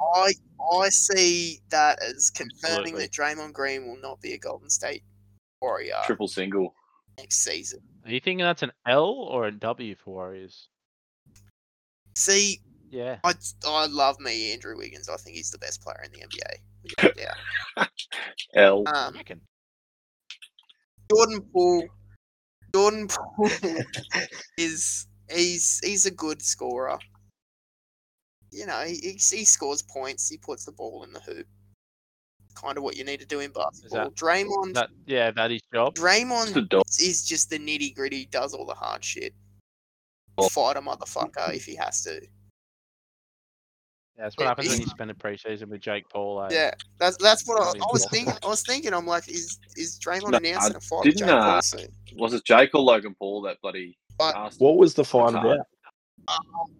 Speaker 1: I I see that as confirming
Speaker 2: Absolutely.
Speaker 1: that Draymond Green will not be a Golden State Warrior
Speaker 3: Triple single.
Speaker 1: next season.
Speaker 2: are you thinking that's an L or a W for Warriors?
Speaker 1: See,
Speaker 2: Yeah,
Speaker 1: I, I love me Andrew Wiggins. I think he's the best player in the NBA. without a doubt.
Speaker 3: L.
Speaker 1: Um,
Speaker 2: reckon.
Speaker 1: Jordan Poole. Jordan Poole is he's he's a good scorer. You know, he, he he scores points. He puts the ball in the hoop. Kind of what you need to do in basketball.
Speaker 2: that-
Speaker 1: Draymond,
Speaker 2: That yeah, that is job.
Speaker 3: It's the
Speaker 1: Draymond
Speaker 3: dog.
Speaker 1: is just the nitty gritty. Does all the hard shit.
Speaker 3: Oh.
Speaker 1: Fight a motherfucker if he has to.
Speaker 2: Yeah, that's what
Speaker 1: it
Speaker 2: happens when
Speaker 1: is-
Speaker 2: you spend a preseason with Jake Paul. eh?
Speaker 1: Yeah, that's that's what I,
Speaker 2: Really
Speaker 1: I was
Speaker 2: important.
Speaker 1: thinking. I was thinking. I'm like, is is Draymond
Speaker 3: No,
Speaker 1: announcing a fight with
Speaker 3: didn't,
Speaker 1: Jake
Speaker 3: uh,
Speaker 1: Paul soon?
Speaker 3: Was it Jake or Logan Paul that bloody
Speaker 1: But-
Speaker 3: asked?
Speaker 4: What was the fight
Speaker 3: Retard.
Speaker 4: about?
Speaker 1: Um,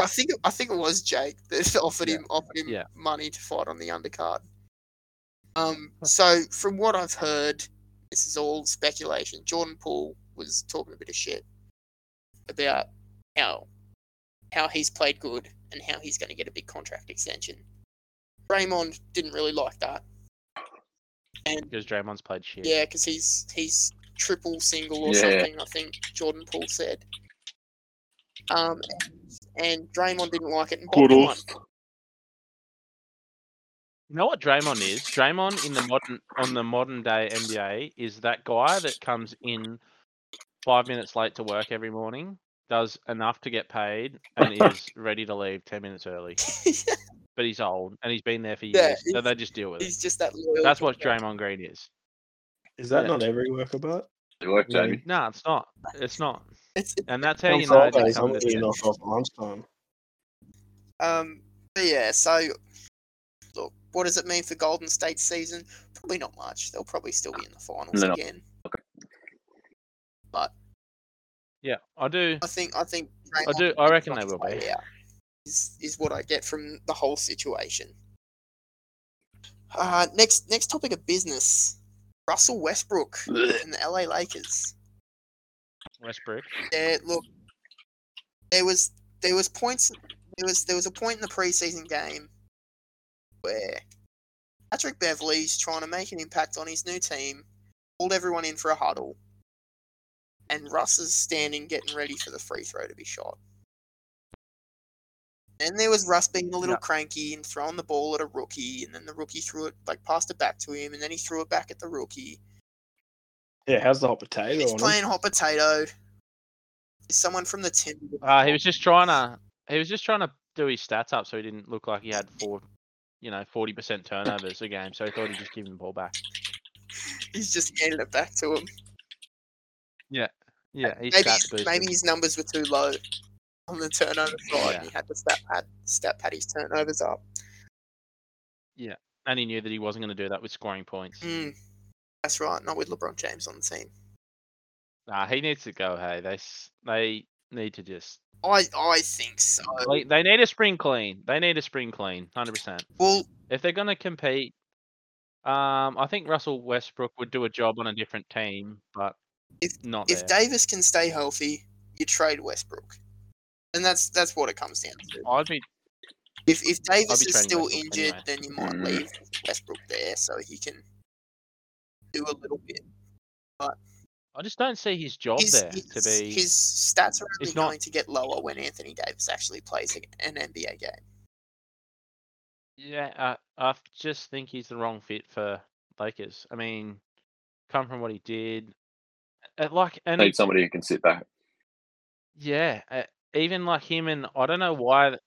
Speaker 1: I think I think it was Jake that offered
Speaker 2: Yeah.
Speaker 1: him offered him
Speaker 2: Yeah.
Speaker 1: money to fight on the undercard. Um, so from what I've heard, this is all speculation. Jordan Poole was talking a bit of shit about how how he's played good and how he's going to get a big contract extension. Raymond didn't really like that, and
Speaker 2: because Draymond's played shit.
Speaker 1: yeah, because he's he's triple single or
Speaker 3: Yeah.
Speaker 1: something. I think Jordan Poole said. Um, and Draymond didn't like it. And bought one.
Speaker 2: You know what Draymond is? Draymond in the modern on the modern day NBA is that guy that comes in five minutes late to work every morning, does enough to get paid, and is ready to leave ten minutes early. But he's old and he's been there for
Speaker 1: Yeah,
Speaker 2: years, so
Speaker 1: he's-
Speaker 2: they just deal with it.
Speaker 1: he's just that loyal.
Speaker 2: That's what
Speaker 1: guy.
Speaker 2: Draymond Green is.
Speaker 4: Is that
Speaker 2: Yeah.
Speaker 4: not every worker, but
Speaker 3: Good work,
Speaker 4: Yeah.
Speaker 3: Jamie.
Speaker 2: No, it's not. It's not.
Speaker 1: It's,
Speaker 2: And that's how
Speaker 4: on
Speaker 2: you know they're
Speaker 4: Fridays I'm
Speaker 2: coming to
Speaker 4: getting
Speaker 2: terms.
Speaker 4: off off lunchtime.
Speaker 1: um, but yeah. So, look, what does it mean for Golden State's season? Probably not much. They'll probably still be in the finals
Speaker 3: No.
Speaker 1: again.
Speaker 2: Yeah, I do.
Speaker 1: I think. I think.
Speaker 2: I
Speaker 1: Draymond
Speaker 2: do. I reckon
Speaker 1: got
Speaker 2: they
Speaker 1: his
Speaker 2: will
Speaker 1: way
Speaker 2: be.
Speaker 1: out, Is is what I get from the whole situation. Uh, next next topic of business: Russell Westbrook and the LA Lakers.
Speaker 2: Westbrook.
Speaker 1: Yeah, look, there was there was points there was there was a point in the preseason game where Patrick Beverley's trying to make an impact on his new team, called everyone in for a huddle, and Russ is standing getting ready for the free throw to be shot. Then there was Russ being a little
Speaker 2: Yeah.
Speaker 1: cranky and throwing the ball at a rookie, and then the rookie threw it like passed it back to him, and then he threw it back at the rookie.
Speaker 4: Yeah, how's the hot potato
Speaker 1: He's
Speaker 4: on him?
Speaker 1: playing hot potato. Is someone from the Timber?
Speaker 2: Uh, he was just trying to he was just trying to do his stats up so he didn't look like he had four, you know, forty percent turnovers a game. So he thought he'd just give him the ball back.
Speaker 1: He's just handed it back to him.
Speaker 2: Yeah, he's
Speaker 1: maybe,
Speaker 2: stats boosted.
Speaker 1: maybe his numbers were too low on the turnover side. and He had to stat pad, stat pad his turnovers up.
Speaker 2: and he knew that he wasn't going to do that with scoring points.
Speaker 1: Mm, that's right. Not with LeBron James on the team.
Speaker 2: Nah, he needs to go. Hey, they s- they need to just
Speaker 1: I I think so.
Speaker 2: like oh, they need a spring clean. They need a spring clean, hundred percent.
Speaker 1: Well,
Speaker 2: If they're going to compete, um, I think Russell Westbrook would do a job on a different team, but
Speaker 1: If-
Speaker 2: not
Speaker 1: if
Speaker 2: there.
Speaker 1: Davis can stay healthy, you trade Westbrook, and that's that's what it comes down to.
Speaker 2: I'd be
Speaker 1: If if Davis is
Speaker 2: trading
Speaker 1: still
Speaker 2: Westbrook
Speaker 1: injured,
Speaker 2: anyway.
Speaker 1: then you might
Speaker 3: Mm.
Speaker 1: leave Westbrook there so he can do a little bit.
Speaker 2: I just don't see his job
Speaker 1: his,
Speaker 2: there to
Speaker 1: his-
Speaker 2: be.
Speaker 1: his stats are only
Speaker 2: It's not-
Speaker 1: going to get lower when Anthony Davis actually plays a- an NBA game.
Speaker 2: Yeah, I, I f- just think he's the wrong fit for Lakers. I mean, come from what he did, uh, like and
Speaker 3: Need somebody who can sit back.
Speaker 2: yeah, uh, even like him and I don't know why. th-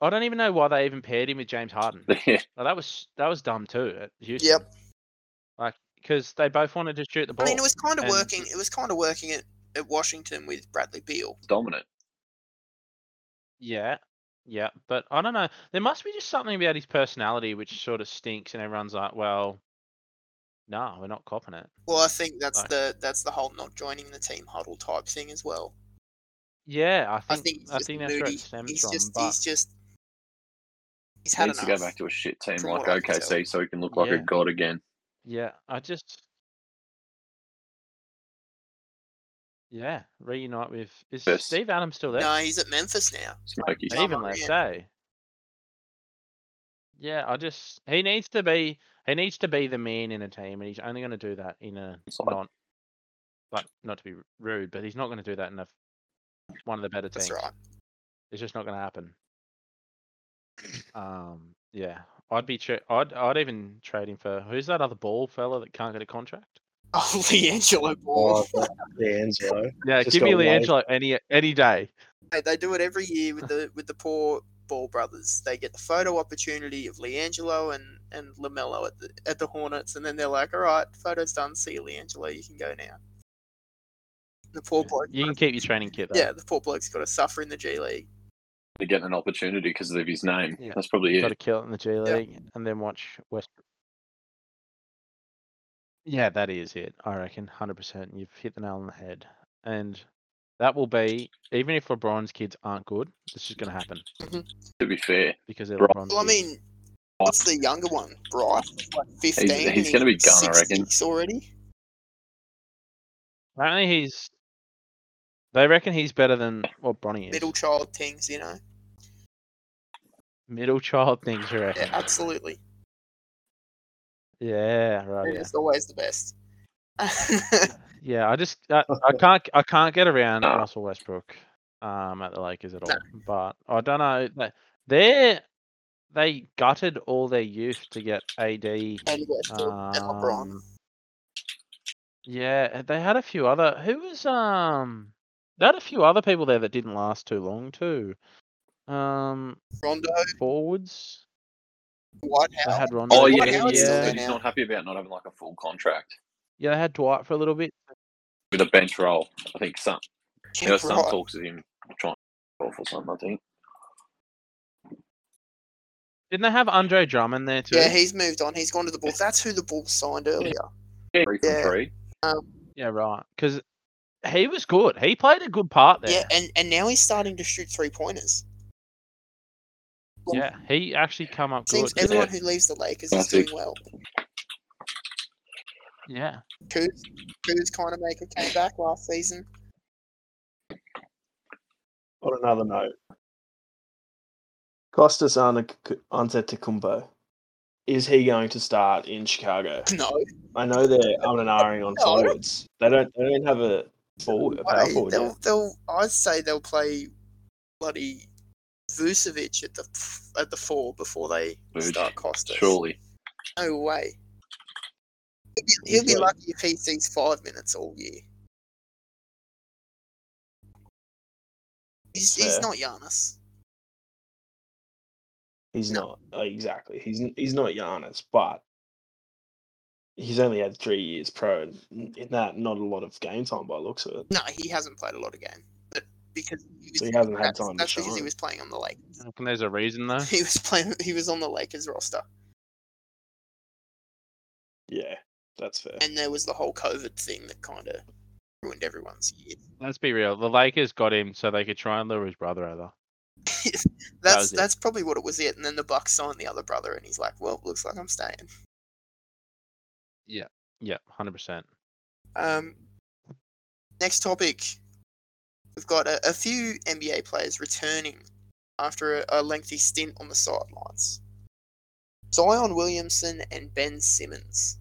Speaker 2: I don't even know why they even paired him with James Harden.
Speaker 3: yeah,
Speaker 2: Like, that was that was dumb too at Houston.
Speaker 1: Yep.
Speaker 2: Like because they both wanted to shoot the
Speaker 1: I
Speaker 2: ball.
Speaker 1: mean, it was kind of
Speaker 2: and-
Speaker 1: working. It was kind of working at, at Washington with Bradley Beal.
Speaker 3: dominant.
Speaker 2: Yeah, yeah, but I don't know. There must be just something about his personality which sort of stinks, and everyone's like, "Well, no, we're not copping it."
Speaker 1: Well, I think that's
Speaker 2: Right.
Speaker 1: the that's the whole not joining the team huddle type thing as well.
Speaker 2: Yeah, I
Speaker 1: I
Speaker 2: think I
Speaker 1: think he's just
Speaker 2: think, that's where
Speaker 1: moody.
Speaker 2: it stems
Speaker 1: he's
Speaker 2: from.
Speaker 1: just
Speaker 2: but
Speaker 1: he's just he's had
Speaker 3: Needs to
Speaker 1: enough.
Speaker 3: go back to a shit team
Speaker 1: from
Speaker 3: like
Speaker 1: what I can
Speaker 3: OKC so he can look like
Speaker 2: Yeah.
Speaker 3: a god again.
Speaker 2: yeah, I just yeah reunite with is
Speaker 3: Yes.
Speaker 2: Steve Adams still there?
Speaker 1: no, he's at Memphis now.
Speaker 3: Smoky.
Speaker 1: Hey.
Speaker 2: Even
Speaker 1: Summer,
Speaker 2: let's
Speaker 1: yeah.
Speaker 2: say. Yeah, I just he needs to be he needs to be the man in a team, and he's only going to do that in a
Speaker 3: It's like-
Speaker 2: not like not to be r- rude, but he's not going to do that in a f- one of the better teams.
Speaker 1: That's right.
Speaker 2: It's just not going to happen. Um, yeah, I'd be tra- I'd I'd even trade him for who's that other ball fella that can't get a contract?
Speaker 1: Oh, D'Angelo Ball.
Speaker 4: Oh, D'Angelo.
Speaker 2: Yeah,
Speaker 4: Just
Speaker 2: give me
Speaker 4: got waived.
Speaker 2: Leangelo any any day.
Speaker 1: Mate, they do it every year with the with the poor Ball brothers. They get the photo opportunity of Leangelo and and Lamelo at the at the Hornets, and then they're like, "All right, photo's done. See you, Leangelo. You can go now." The poor bloke.
Speaker 2: You can keep your training kit. Though.
Speaker 1: Yeah, the poor bloke's got to suffer in the G League.
Speaker 3: They're getting an opportunity because of his name.
Speaker 2: Yeah.
Speaker 3: That's probably
Speaker 2: got to
Speaker 3: it.
Speaker 2: kill it in the G League and then watch West. Yeah, that is it. I reckon, hundred percent. You've hit the nail on the head, and that will be even if LeBron's kids aren't good. This is going to happen
Speaker 3: To be fair,
Speaker 2: because they're
Speaker 3: Bro-
Speaker 2: LeBron's.
Speaker 1: Well, I
Speaker 2: kids.
Speaker 1: mean, what's the younger one? Bright, like fifteen.
Speaker 3: he's
Speaker 1: and
Speaker 3: gonna be gone, I reckon.
Speaker 1: 6'6" Already.
Speaker 2: apparently he's. They reckon he's better than what Bronny is.
Speaker 1: Middle child things, you know.
Speaker 2: Middle child things, you reckon?
Speaker 1: Yeah, absolutely.
Speaker 2: Yeah,
Speaker 3: Oh,
Speaker 2: right. Yeah.
Speaker 1: It's always the best.
Speaker 2: Yeah, I just I, I can't I can't get around
Speaker 1: Ah.
Speaker 3: Nah.
Speaker 2: Russell Westbrook um at the Lakers at all. But I don't know. They they gutted all their youth to get AD.
Speaker 1: and Westbrook and LeBron.
Speaker 2: um, Yeah, they had a few other. Who was um? They had a few other people there that didn't last too long too. Um,
Speaker 1: Rondo,
Speaker 2: forwards.
Speaker 1: White
Speaker 2: They
Speaker 1: House.
Speaker 2: had Rondo.
Speaker 3: Oh,
Speaker 1: Dwight
Speaker 3: yeah.
Speaker 1: Howard's
Speaker 3: he's-
Speaker 1: still there
Speaker 2: yeah,
Speaker 3: He's
Speaker 1: now.
Speaker 3: not happy about not having like a full contract
Speaker 2: yeah. They had Dwight for a little bit.
Speaker 3: with a bench role. I think some there was some
Speaker 1: Right.
Speaker 3: talks of him trying to golf or something. I think
Speaker 2: Didn't they have Andre Drummond there too?
Speaker 1: Yeah, he's moved on. He's gone to the Bulls. That's who the Bulls signed earlier. Um,
Speaker 3: three from
Speaker 1: Yeah.
Speaker 3: three.
Speaker 2: Yeah, right. Because he was good. He played a good part there.
Speaker 1: Yeah, and, and now he's starting to shoot three pointers.
Speaker 2: Yeah, he actually come up good.
Speaker 1: Seems everyone
Speaker 3: Yeah.
Speaker 1: who leaves the Lakers
Speaker 3: I
Speaker 1: is doing
Speaker 3: think-
Speaker 1: well.
Speaker 2: Yeah,
Speaker 1: Kuz, Kuz kind of make a comeback last season.
Speaker 4: On another note, Costas Antetokounmpo, is he going to start in Chicago?
Speaker 1: No,
Speaker 4: I know they're on and ahhing on
Speaker 1: No.
Speaker 4: forwards. They don't. They don't have a forward, a power
Speaker 1: I,
Speaker 4: forward.
Speaker 1: they'll,
Speaker 4: now.
Speaker 1: they'll, I'd say they'll play bloody Vucevic at the f- at the four before they
Speaker 3: Vuce,
Speaker 1: start Costa.
Speaker 3: Surely.
Speaker 1: No way. He'll be,
Speaker 4: He's
Speaker 1: he'll be
Speaker 4: got-
Speaker 1: lucky if he sees five minutes all year. He's, he's
Speaker 4: Fair.
Speaker 1: not Giannis.
Speaker 4: He's not uh, exactly. He's n- he's not Giannis, but he's only had three years pro, and n- in that, not a lot of game time by the looks of it.
Speaker 1: No, he hasn't played a lot of game, but because he was,
Speaker 4: So he hasn't had
Speaker 1: that's,
Speaker 4: time to
Speaker 1: that's because he
Speaker 4: shine.
Speaker 1: was playing on the Lakers.
Speaker 2: I reckon there's a reason though.
Speaker 1: He was playing. He was on the Lakers roster,
Speaker 4: Yeah, that's fair.
Speaker 1: and there was the whole COVID thing that kind of ruined everyone's year.
Speaker 2: Let's be real. The Lakers got him so they could try and lure his brother over.
Speaker 1: That's
Speaker 2: was it.
Speaker 1: that's probably what it was. It, and then the Bucks signed the other brother, and he's like, "Well, looks like I'm staying."
Speaker 2: Yeah, hundred percent.
Speaker 1: Um, next topic. We've got a, a few NBA players returning after a, a lengthy stint on the sidelines. Zion Williamson and Ben Simmons,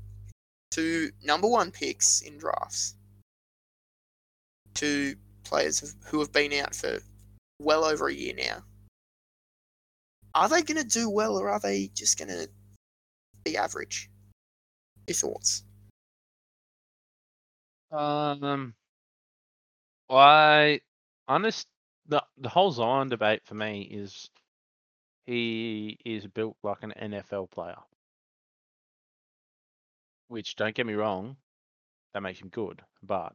Speaker 1: two number one picks in drafts. Two players who've- who have been out for well over a year now. Are they going to do well or are they just going to be average? Your thoughts?
Speaker 2: Um, I honest the the whole Zion debate for me is he is built like an NFL player, which don't get me wrong, that makes him good, but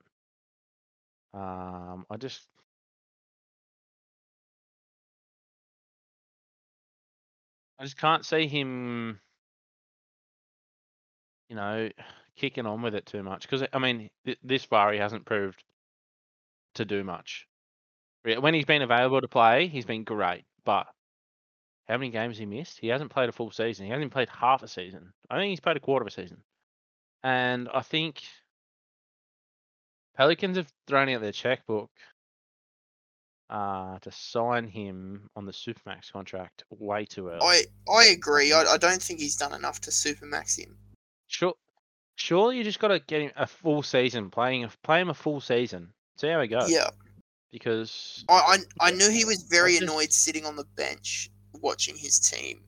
Speaker 2: um, I just I just can't see him, you know, kicking on with it too much because I mean, th- this far he hasn't proved to do much. Re- When he's been available to play, he's been great, but how many games he missed? He hasn't played a full season. He hasn't even played half a season. I think he's played a quarter of a season, and I think Pelicans have thrown out their checkbook uh, to sign him on the Supermax contract way too early.
Speaker 1: I I agree. I, I don't think he's done enough to supermax him.
Speaker 2: Sure, surely you just got to get him a full season playing. Play him a full season. See how he goes.
Speaker 1: Yeah,
Speaker 2: Because
Speaker 1: I I, I knew he was very
Speaker 2: I just-
Speaker 1: annoyed sitting on the bench watching his team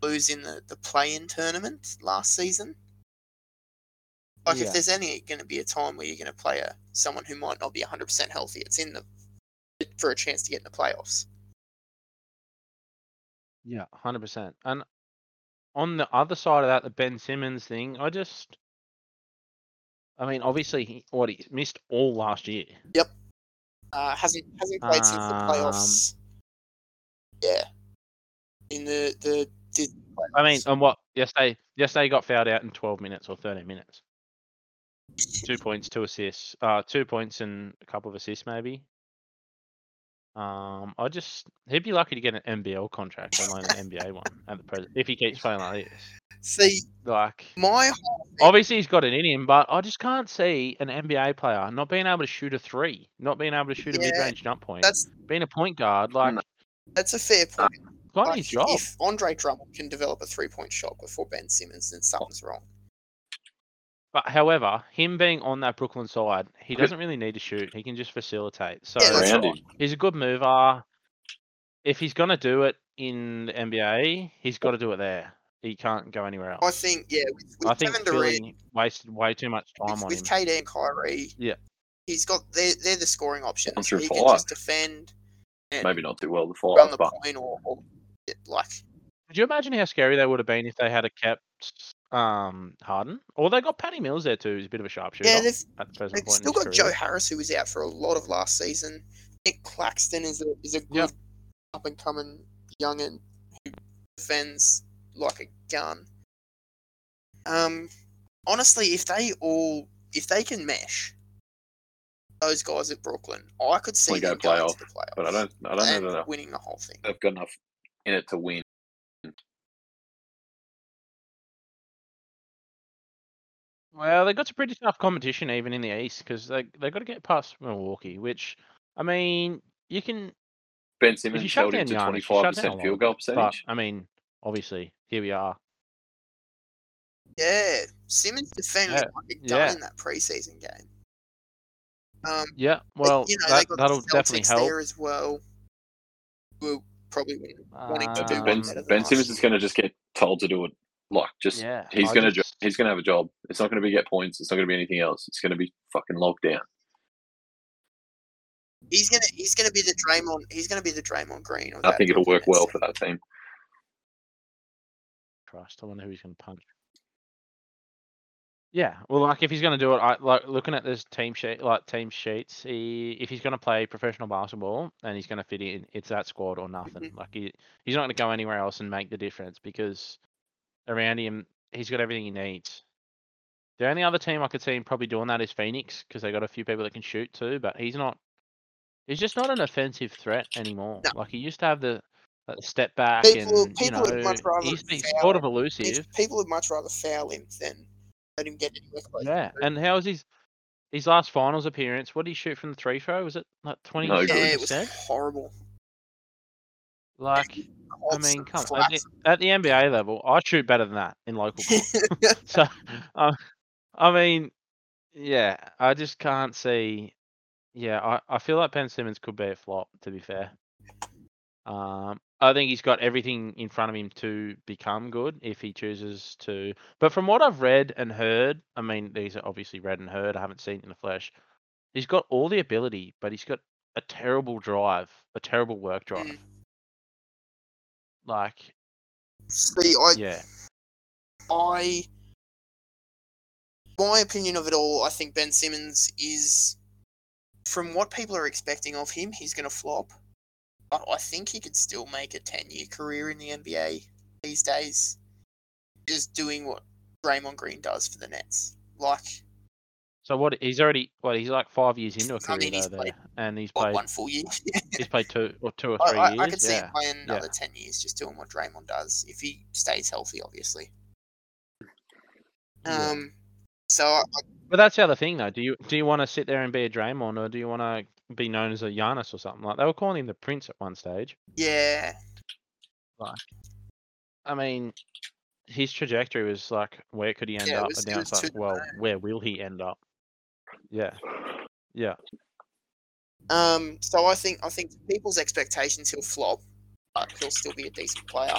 Speaker 1: lose in the, the play-in tournament last season. Like,
Speaker 2: Yeah.
Speaker 1: if there's any going to be a time where you're going to play a someone who might not be 100% healthy, it's in the for a chance to get in the playoffs.
Speaker 2: yeah, hundred percent. And on the other side of that, the Ben Simmons thing, I just, I mean, obviously, he, what he missed all last year.
Speaker 1: Uh, hasn't hasn't played since
Speaker 2: Um,
Speaker 1: the playoffs. Yeah, in the the. the
Speaker 2: I mean,
Speaker 1: playoffs.
Speaker 2: and what yesterday? Yesterday he got fouled out in twelve minutes or thirteen minutes. Two points, two assists. Uh, two points and a couple of assists, maybe. Um, I just he'd be lucky to get an NBL contract, let alone an NBA one at the present. If he keeps playing like this,
Speaker 1: see
Speaker 2: like
Speaker 1: my
Speaker 2: obviously he's got it in him, but I just can't see an NBA player not being able to shoot a three, not being able to shoot a
Speaker 1: Yeah,
Speaker 2: mid-range jump point,
Speaker 1: that's
Speaker 2: being a point guard, like
Speaker 1: that's a fair point.
Speaker 2: got
Speaker 1: Like,
Speaker 2: his job.
Speaker 1: If Andre Drummond can develop a three point shot before Ben Simmons, then something's wrong.
Speaker 2: But however, him being on that Brooklyn side, he doesn't really need to shoot. He can just facilitate. So
Speaker 1: Yeah, that's
Speaker 3: Around
Speaker 1: right.
Speaker 3: him.
Speaker 2: he's a good mover. If he's gonna do it in the NBA, he's got to do it there. He can't go anywhere else.
Speaker 1: I think, yeah, with, with
Speaker 2: I think
Speaker 1: Kevin
Speaker 2: Philly
Speaker 1: Durant,
Speaker 2: wasted way too much time
Speaker 1: with,
Speaker 2: on
Speaker 1: with
Speaker 2: him.
Speaker 1: KD and Kyrie,
Speaker 2: Yeah.
Speaker 1: he's got they're, they're the scoring option.
Speaker 3: One
Speaker 1: So
Speaker 3: through
Speaker 1: he can
Speaker 3: five.
Speaker 1: just defend and
Speaker 3: Maybe not do well the
Speaker 1: run
Speaker 3: five,
Speaker 1: the
Speaker 3: but
Speaker 1: point or, or yeah, like
Speaker 2: Could you imagine how scary they would have been if they had a kept um Harden? Or they got Patty Mills there too. He's a bit of a sharpshooter
Speaker 1: yeah, they've,
Speaker 2: at the present
Speaker 1: they've
Speaker 2: point. in
Speaker 1: still
Speaker 2: his
Speaker 1: got Joe
Speaker 2: career.
Speaker 1: Harris who was out for a lot of last season. Nick Claxton is a is a good
Speaker 2: Yeah.
Speaker 1: up and coming youngin who defends like a gun. Um, honestly, if they all if they can mesh those guys at Brooklyn, I could see
Speaker 3: We go
Speaker 1: them going
Speaker 3: playoff,
Speaker 1: to the playoffs.
Speaker 3: but I don't I don't know
Speaker 1: and
Speaker 3: that
Speaker 1: winning the whole thing.
Speaker 3: they've got enough in it to win.
Speaker 2: Well, they got some pretty tough competition even in the East because they they got to get past Milwaukee, which I mean you can
Speaker 3: Ben
Speaker 2: if you
Speaker 3: Simmons
Speaker 2: shut
Speaker 3: held
Speaker 2: down
Speaker 3: it to
Speaker 2: Giannis, you
Speaker 3: twenty five
Speaker 2: shut down a lot
Speaker 3: percent
Speaker 2: of
Speaker 3: field
Speaker 2: them,
Speaker 3: goal
Speaker 2: but
Speaker 3: percentage.
Speaker 2: I mean obviously here we are.
Speaker 1: Yeah, Simmons defending
Speaker 2: Yeah,
Speaker 1: was like done
Speaker 2: yeah.
Speaker 1: in that preseason game. Um,
Speaker 2: Yeah,
Speaker 1: but,
Speaker 2: well
Speaker 1: you know
Speaker 2: that,
Speaker 1: they got
Speaker 2: that'll
Speaker 1: the
Speaker 2: definitely
Speaker 1: Celtics
Speaker 2: help.
Speaker 1: there as well. We'll probably win. wanting to
Speaker 3: Uh,
Speaker 1: do
Speaker 3: but
Speaker 1: one
Speaker 3: ben
Speaker 1: better than
Speaker 3: Ben
Speaker 1: us.
Speaker 3: Simmons is going to just get told to do it. Like just
Speaker 2: yeah,
Speaker 3: he's
Speaker 2: I
Speaker 3: going to
Speaker 2: just-
Speaker 3: he's going to have a job. It's not going to be get points. It's not going to be anything else. It's going to be fucking locked down.
Speaker 1: He's gonna he's gonna be the Draymond he's gonna be the Draymond Green. Of
Speaker 3: I
Speaker 1: that
Speaker 3: think it'll work
Speaker 1: Brooklyn
Speaker 3: well
Speaker 1: Nets.
Speaker 3: for that team.
Speaker 2: Christ, I wonder who he's going to punch. Yeah, well, like if he's going to do it, I like looking at this team sheet, like team sheets. He, if he's going to play professional basketball and he's going to fit in, it's that squad or nothing.
Speaker 1: Mm-hmm.
Speaker 2: Like he, he's not going to go anywhere else and make the difference because around him, he's got everything he needs. The only other team I could see him probably doing that is Phoenix because they got a few people that can shoot too, but he's not. He's just not an offensive threat anymore.
Speaker 1: No.
Speaker 2: Like he used to have the that step back
Speaker 1: People-
Speaker 2: and
Speaker 1: people
Speaker 2: you
Speaker 1: would
Speaker 2: know
Speaker 1: much rather
Speaker 2: he's, he's
Speaker 1: foul
Speaker 2: sort of
Speaker 1: If
Speaker 2: elusive.
Speaker 1: people would much rather foul him than let him get anywhere close.
Speaker 2: Yeah, and how was his his last finals appearance? What did he shoot from the three throw? Was it like twenty
Speaker 3: No good.
Speaker 1: yeah,
Speaker 2: seven
Speaker 1: it was
Speaker 2: percent?
Speaker 1: horrible.
Speaker 2: Like, I
Speaker 1: Odds
Speaker 2: mean,
Speaker 1: are
Speaker 2: come on.
Speaker 1: flat.
Speaker 2: At the, at the NBA level, I shoot better than that in local. court. so, uh, I mean, yeah, I just can't see. Yeah, I, I feel like Ben Simmons could be a flop. To be fair, um, I think he's got everything in front of him to become good if he chooses to. But from what I've read and heard, I mean, these are obviously read and heard. I haven't seen it in the flesh. He's got all the ability, but he's got a terrible drive, a terrible work drive. Like,
Speaker 1: See, I
Speaker 2: yeah,
Speaker 1: I my opinion of it all, I think Ben Simmons is from what people are expecting of him, he's gonna flop. But I think he could still make a ten year career in the NBA these days. Just doing what Draymond Green does for the Nets. Like
Speaker 2: So what? He's already well. He's like five years into a
Speaker 1: I
Speaker 2: career
Speaker 1: mean, he's
Speaker 2: though
Speaker 1: played-
Speaker 2: there, and he's
Speaker 1: what,
Speaker 2: played
Speaker 1: one full year.
Speaker 2: he's played two or two or
Speaker 1: I,
Speaker 2: three
Speaker 1: I,
Speaker 2: years.
Speaker 1: I could see
Speaker 2: yeah.
Speaker 1: him playing another ten years just doing what Draymond does, if he stays healthy obviously.
Speaker 2: Yeah.
Speaker 1: Um so I,
Speaker 2: But that's the other thing though. Do you do you want to sit there and be a Draymond, or do you want to be known as a Giannis or something like? They were calling him the Prince at one stage.
Speaker 1: yeah.
Speaker 2: I mean, his trajectory was like, where could he end
Speaker 1: Yeah, it
Speaker 2: up?
Speaker 1: was-
Speaker 2: and
Speaker 1: it
Speaker 2: now
Speaker 1: was
Speaker 2: it's like,
Speaker 1: too
Speaker 2: well, where will he end up? Yeah, yeah.
Speaker 1: Um, so I think I think to people's expectations he'll flop, but he'll still be a decent player.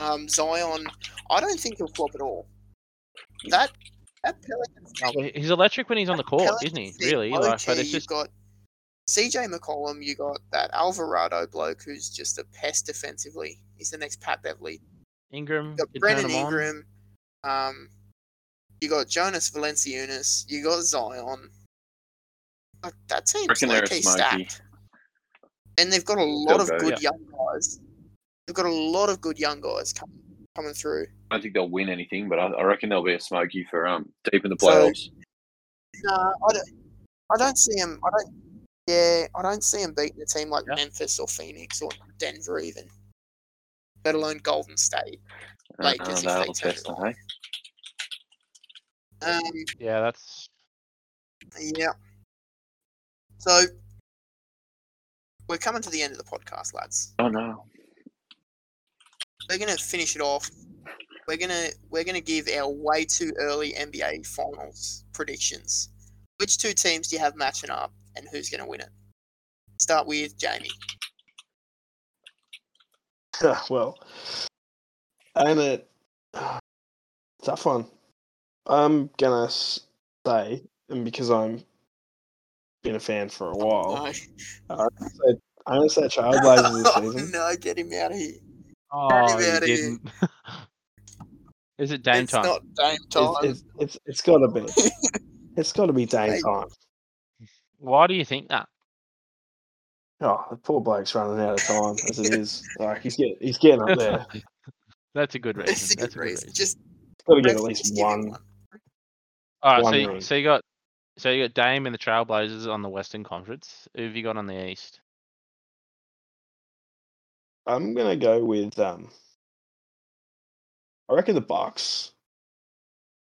Speaker 1: Um, Zion, I don't think he'll flop at all. That that Pelicans
Speaker 2: No, but he's electric when he's on the court, isn't he?
Speaker 1: Pelicans team,
Speaker 2: Really? Like, but
Speaker 1: low-key,
Speaker 2: it's just
Speaker 1: you've got CJ McCollum, you got that Alvarado bloke who's just a pest defensively. He's the next Pat Beverly.
Speaker 2: Ingram.
Speaker 1: You got
Speaker 2: could turn
Speaker 1: Brennan
Speaker 2: him on.
Speaker 1: Ingram. Um, you got Jonas Valanciunas. You got Zion. Like, that team's
Speaker 3: Reckon they're a
Speaker 1: low-key
Speaker 3: smoky.
Speaker 1: stacked. and they've got a lot of
Speaker 3: go.
Speaker 1: good young guys. They've got a lot of good young guys coming coming through.
Speaker 3: I don't think they'll win anything, but I, I reckon they'll be a smoky for um deep in the
Speaker 1: So-
Speaker 3: playoffs.
Speaker 1: No, I don't. I don't see him. I don't. Yeah, I don't see him beating a team like
Speaker 2: Yeah.
Speaker 1: Memphis or Phoenix or Denver even, let alone Golden State. Lakers if they
Speaker 3: that'll
Speaker 1: turn it
Speaker 3: Uh, test them,
Speaker 1: on.
Speaker 3: hey?
Speaker 1: Um,
Speaker 2: Yeah, that's
Speaker 1: yeah. So we're coming to the end of the podcast, lads.
Speaker 3: Oh no.
Speaker 1: We're gonna finish it off. We're gonna we're gonna give our way too early NBA finals predictions. Which two teams do you have matching up, and who's gonna win it? Start with Jamie.
Speaker 4: well, I'm a tough one. I'm gonna s- say, and because I'm been a fan for a while,
Speaker 1: No.
Speaker 4: so I'm gonna say Trailblazers this
Speaker 1: Oh,
Speaker 4: season.
Speaker 1: no, get him out of here.
Speaker 2: Oh,
Speaker 1: Get him
Speaker 2: you
Speaker 1: outta here.
Speaker 2: didn't. Is it Dame
Speaker 1: it's
Speaker 2: time?
Speaker 1: not Dame time.
Speaker 4: It's, it's it's it's gotta be. It's gotta be Dame
Speaker 1: Hey.
Speaker 4: time.
Speaker 2: Why do you think that?
Speaker 4: Oh, the poor bloke's running out of time as it is. Like he's getting he's getting up there.
Speaker 2: That's a good reason.
Speaker 1: It's a good
Speaker 2: That's
Speaker 1: reason. Just
Speaker 4: He's gotta get at
Speaker 1: Rex,
Speaker 4: least
Speaker 1: just give him
Speaker 4: one.
Speaker 2: All right, so
Speaker 4: one
Speaker 2: you,
Speaker 4: ring.
Speaker 2: so you got so you got Dame and the Trailblazers on the Western Conference. Who have you got on the East?
Speaker 4: I'm gonna go with um. I reckon the Bucks.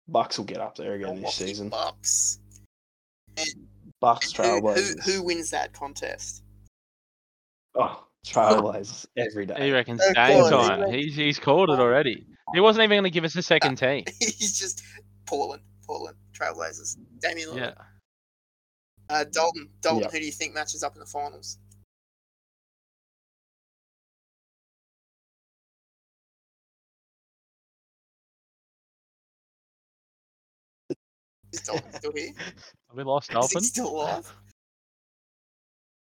Speaker 4: Bucks will get up there again this
Speaker 1: Milwaukee
Speaker 4: season.
Speaker 1: Bucks.
Speaker 4: Bucks
Speaker 1: Who, who,
Speaker 4: Trailblazers.
Speaker 1: who wins that contest?
Speaker 4: Oh, Trailblazers every
Speaker 2: He
Speaker 4: day.
Speaker 2: reckons
Speaker 1: Of
Speaker 2: game
Speaker 4: course.
Speaker 2: time. He's he's called it already. He wasn't even going to give us a second team.
Speaker 1: He's just Portland, Portland Trailblazers. Damian Lillard.
Speaker 2: Yeah.
Speaker 1: Uh, Dalton, Dalton.
Speaker 4: Yep.
Speaker 1: Who do you think matches up in the finals? Is Dalton still here?
Speaker 2: Have we
Speaker 1: Is
Speaker 2: lost
Speaker 1: he
Speaker 2: Dolphin?
Speaker 1: still alive?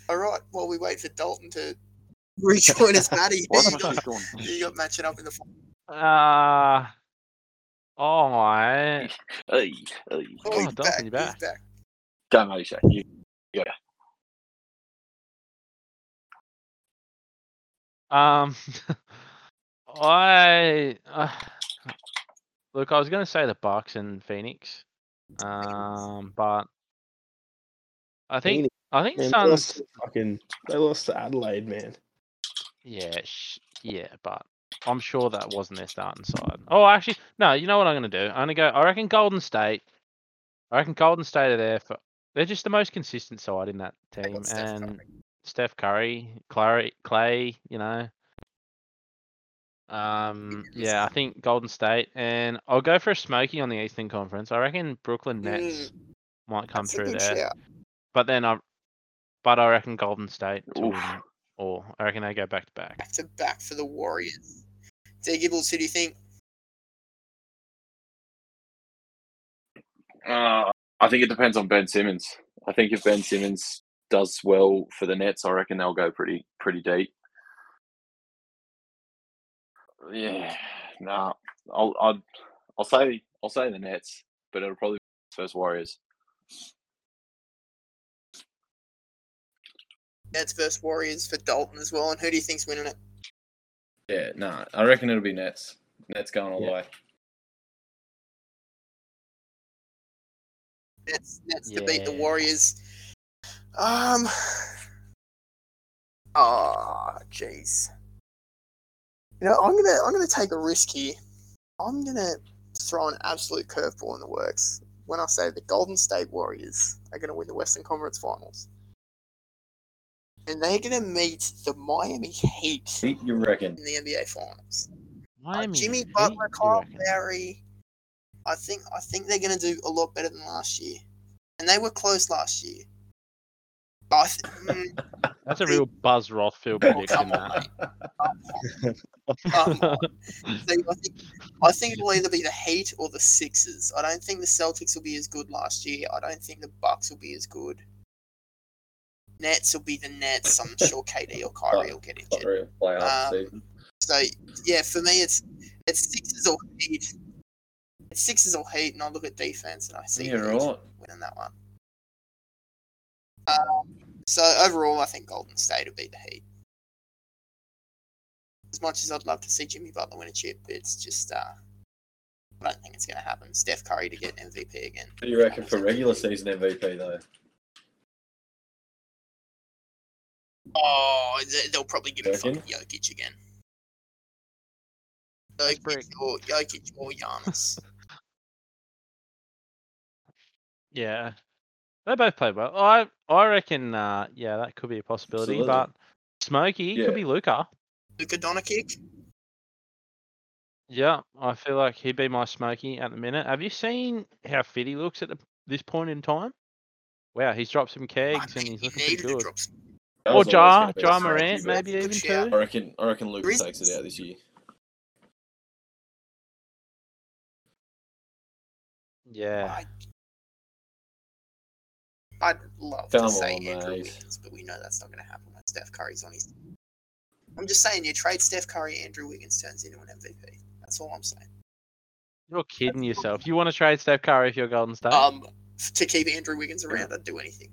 Speaker 1: All right. While we wait for Dalton to rejoin us, Matty.
Speaker 3: What
Speaker 1: who
Speaker 3: the
Speaker 1: you got,
Speaker 3: fuck going?
Speaker 1: who you got matching up in the finals?
Speaker 2: Uh, oh, my.
Speaker 3: Hey, hey.
Speaker 2: Oh,
Speaker 1: he's
Speaker 2: Dalton,
Speaker 1: back.
Speaker 2: you're back.
Speaker 1: He's back.
Speaker 3: Go, mate, Shaq. You
Speaker 2: Um, I uh, look. I was going to say the Bucks and Phoenix, um, but I think
Speaker 4: Phoenix,
Speaker 2: I think
Speaker 4: Man, they lost
Speaker 2: Suns.
Speaker 4: to fucking. They lost to Adelaide, man.
Speaker 2: Yeah, sh- yeah, but I'm sure that wasn't their starting side. Oh, actually, no. You know what I'm going to do? I'm going to go. I reckon Golden State. I reckon Golden State are there for. They're just the most consistent side in that
Speaker 1: They
Speaker 2: team,
Speaker 1: got Steph
Speaker 2: and
Speaker 1: Curry.
Speaker 2: Steph Curry, Clary, Clay, you know. Um, yeah, I think Golden State, and I'll go for a smoky on the Eastern Conference. I reckon Brooklyn Nets might come
Speaker 1: Mm, That's a
Speaker 2: through
Speaker 1: good
Speaker 2: there,
Speaker 1: shout.
Speaker 2: but then I, but I reckon Golden State, to
Speaker 3: Oof.
Speaker 2: win it, or I reckon they go back to back.
Speaker 1: Back to back for the Warriors. D Gibbles, who do you think?
Speaker 3: Uh, I think it depends on Ben Simmons. I think if Ben Simmons does well for the Nets, I reckon they'll go pretty pretty deep. Yeah, nah. I'll I'd, I'll say I'll say the Nets, but it'll probably be first Warriors.
Speaker 1: Nets versus Warriors for Dalton as well. And who do you think's winning it?
Speaker 3: Yeah, nah. I reckon it'll be Nets. Nets going all
Speaker 2: Yeah.
Speaker 3: way.
Speaker 1: Nets, Nets to beat the
Speaker 2: Yeah.
Speaker 1: Warriors. Um. Ah, jeez. You know, I'm gonna I'm gonna take a risk here. I'm gonna throw an absolute curveball in the works when I say the Golden State Warriors are gonna win the Western Conference Finals, and they're gonna meet the Miami Heat in
Speaker 3: You reckon?
Speaker 1: the NBA Finals. Uh,
Speaker 2: Miami
Speaker 1: Jimmy
Speaker 2: Heat,
Speaker 1: Butler,
Speaker 2: you
Speaker 1: Kyle
Speaker 2: reckon?
Speaker 1: Lowry. I think I think they're going to do a lot better than last year, and they were close last year. I th- mm,
Speaker 2: That's a real Buzz
Speaker 1: Oh,
Speaker 2: Rothfield prediction. that.
Speaker 1: um, they- I think I think it'll either be the Heat or the Sixers. I don't think the Celtics will be as good last year. I don't think the Bucks will be as good. Nets will be the Nets. I'm sure KD or Kyrie will get injured.
Speaker 3: play
Speaker 1: Um, So yeah, for me, it's it's Sixers or Heat. It's Sixers or Heat, and I look at defense and I see who actually winning that one. Um, so overall, I think Golden State will beat the Heat. As much as I'd love to see Jimmy Butler win a chip, it's just uh, I don't think it's going to happen. Steph Curry to get MVP again.
Speaker 3: What do you reckon for regular season MVP though?
Speaker 1: Oh, they- they'll probably give it
Speaker 3: Reckon?
Speaker 1: fucking Jokic again.
Speaker 2: That's
Speaker 1: Jokic
Speaker 2: brick.
Speaker 1: or Jokic or Giannis.
Speaker 2: Yeah. They both played well. I I reckon uh yeah, that could be a possibility,
Speaker 3: Absolutely.
Speaker 2: but Smokey
Speaker 3: Yeah.
Speaker 2: could be Luca.
Speaker 1: Luka Doncic.
Speaker 2: Yeah, I feel like he'd be my Smokey at the minute. Have you seen how fit he looks at the, this point in time? Wow, he's dropped some
Speaker 1: I
Speaker 2: kegs
Speaker 1: think
Speaker 2: and he's
Speaker 1: he
Speaker 2: looking pretty
Speaker 1: needed to
Speaker 2: good.
Speaker 1: drop some.
Speaker 3: That
Speaker 2: Or
Speaker 3: was always
Speaker 2: Ja,
Speaker 3: gonna be
Speaker 2: Ja
Speaker 3: a smoky,
Speaker 2: Morant
Speaker 3: but
Speaker 2: maybe
Speaker 1: Good
Speaker 2: even
Speaker 1: shout.
Speaker 2: too.
Speaker 3: I reckon I reckon Luke
Speaker 1: Reasons.
Speaker 3: takes it out this year.
Speaker 2: Yeah.
Speaker 1: I, I'd love
Speaker 3: Come
Speaker 1: to say
Speaker 3: on,
Speaker 1: Andrew
Speaker 3: mate.
Speaker 1: Wiggins, but we know that's not going to happen when Steph Curry's on his. I'm just saying, you trade Steph Curry, Andrew Wiggins turns into an MVP. That's all I'm saying.
Speaker 2: You're kidding yourself. You want to trade Steph Curry if you're Golden State?
Speaker 1: Um, f- to keep Andrew Wiggins around, I'd do anything.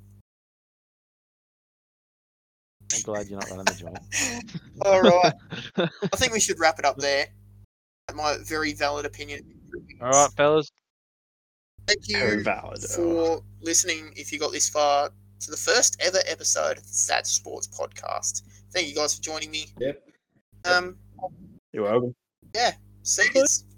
Speaker 2: I'm glad you're not running the joint.
Speaker 1: all right, I think we should wrap it up there. My very valid opinion.
Speaker 2: All right, fellas.
Speaker 1: Thank you.
Speaker 4: Very valid.
Speaker 1: for listening if you got this far to the first ever episode of the Stats Sports Podcast. Thank you guys for joining me.
Speaker 3: Yep.
Speaker 1: Um,
Speaker 4: You're welcome.
Speaker 1: see you.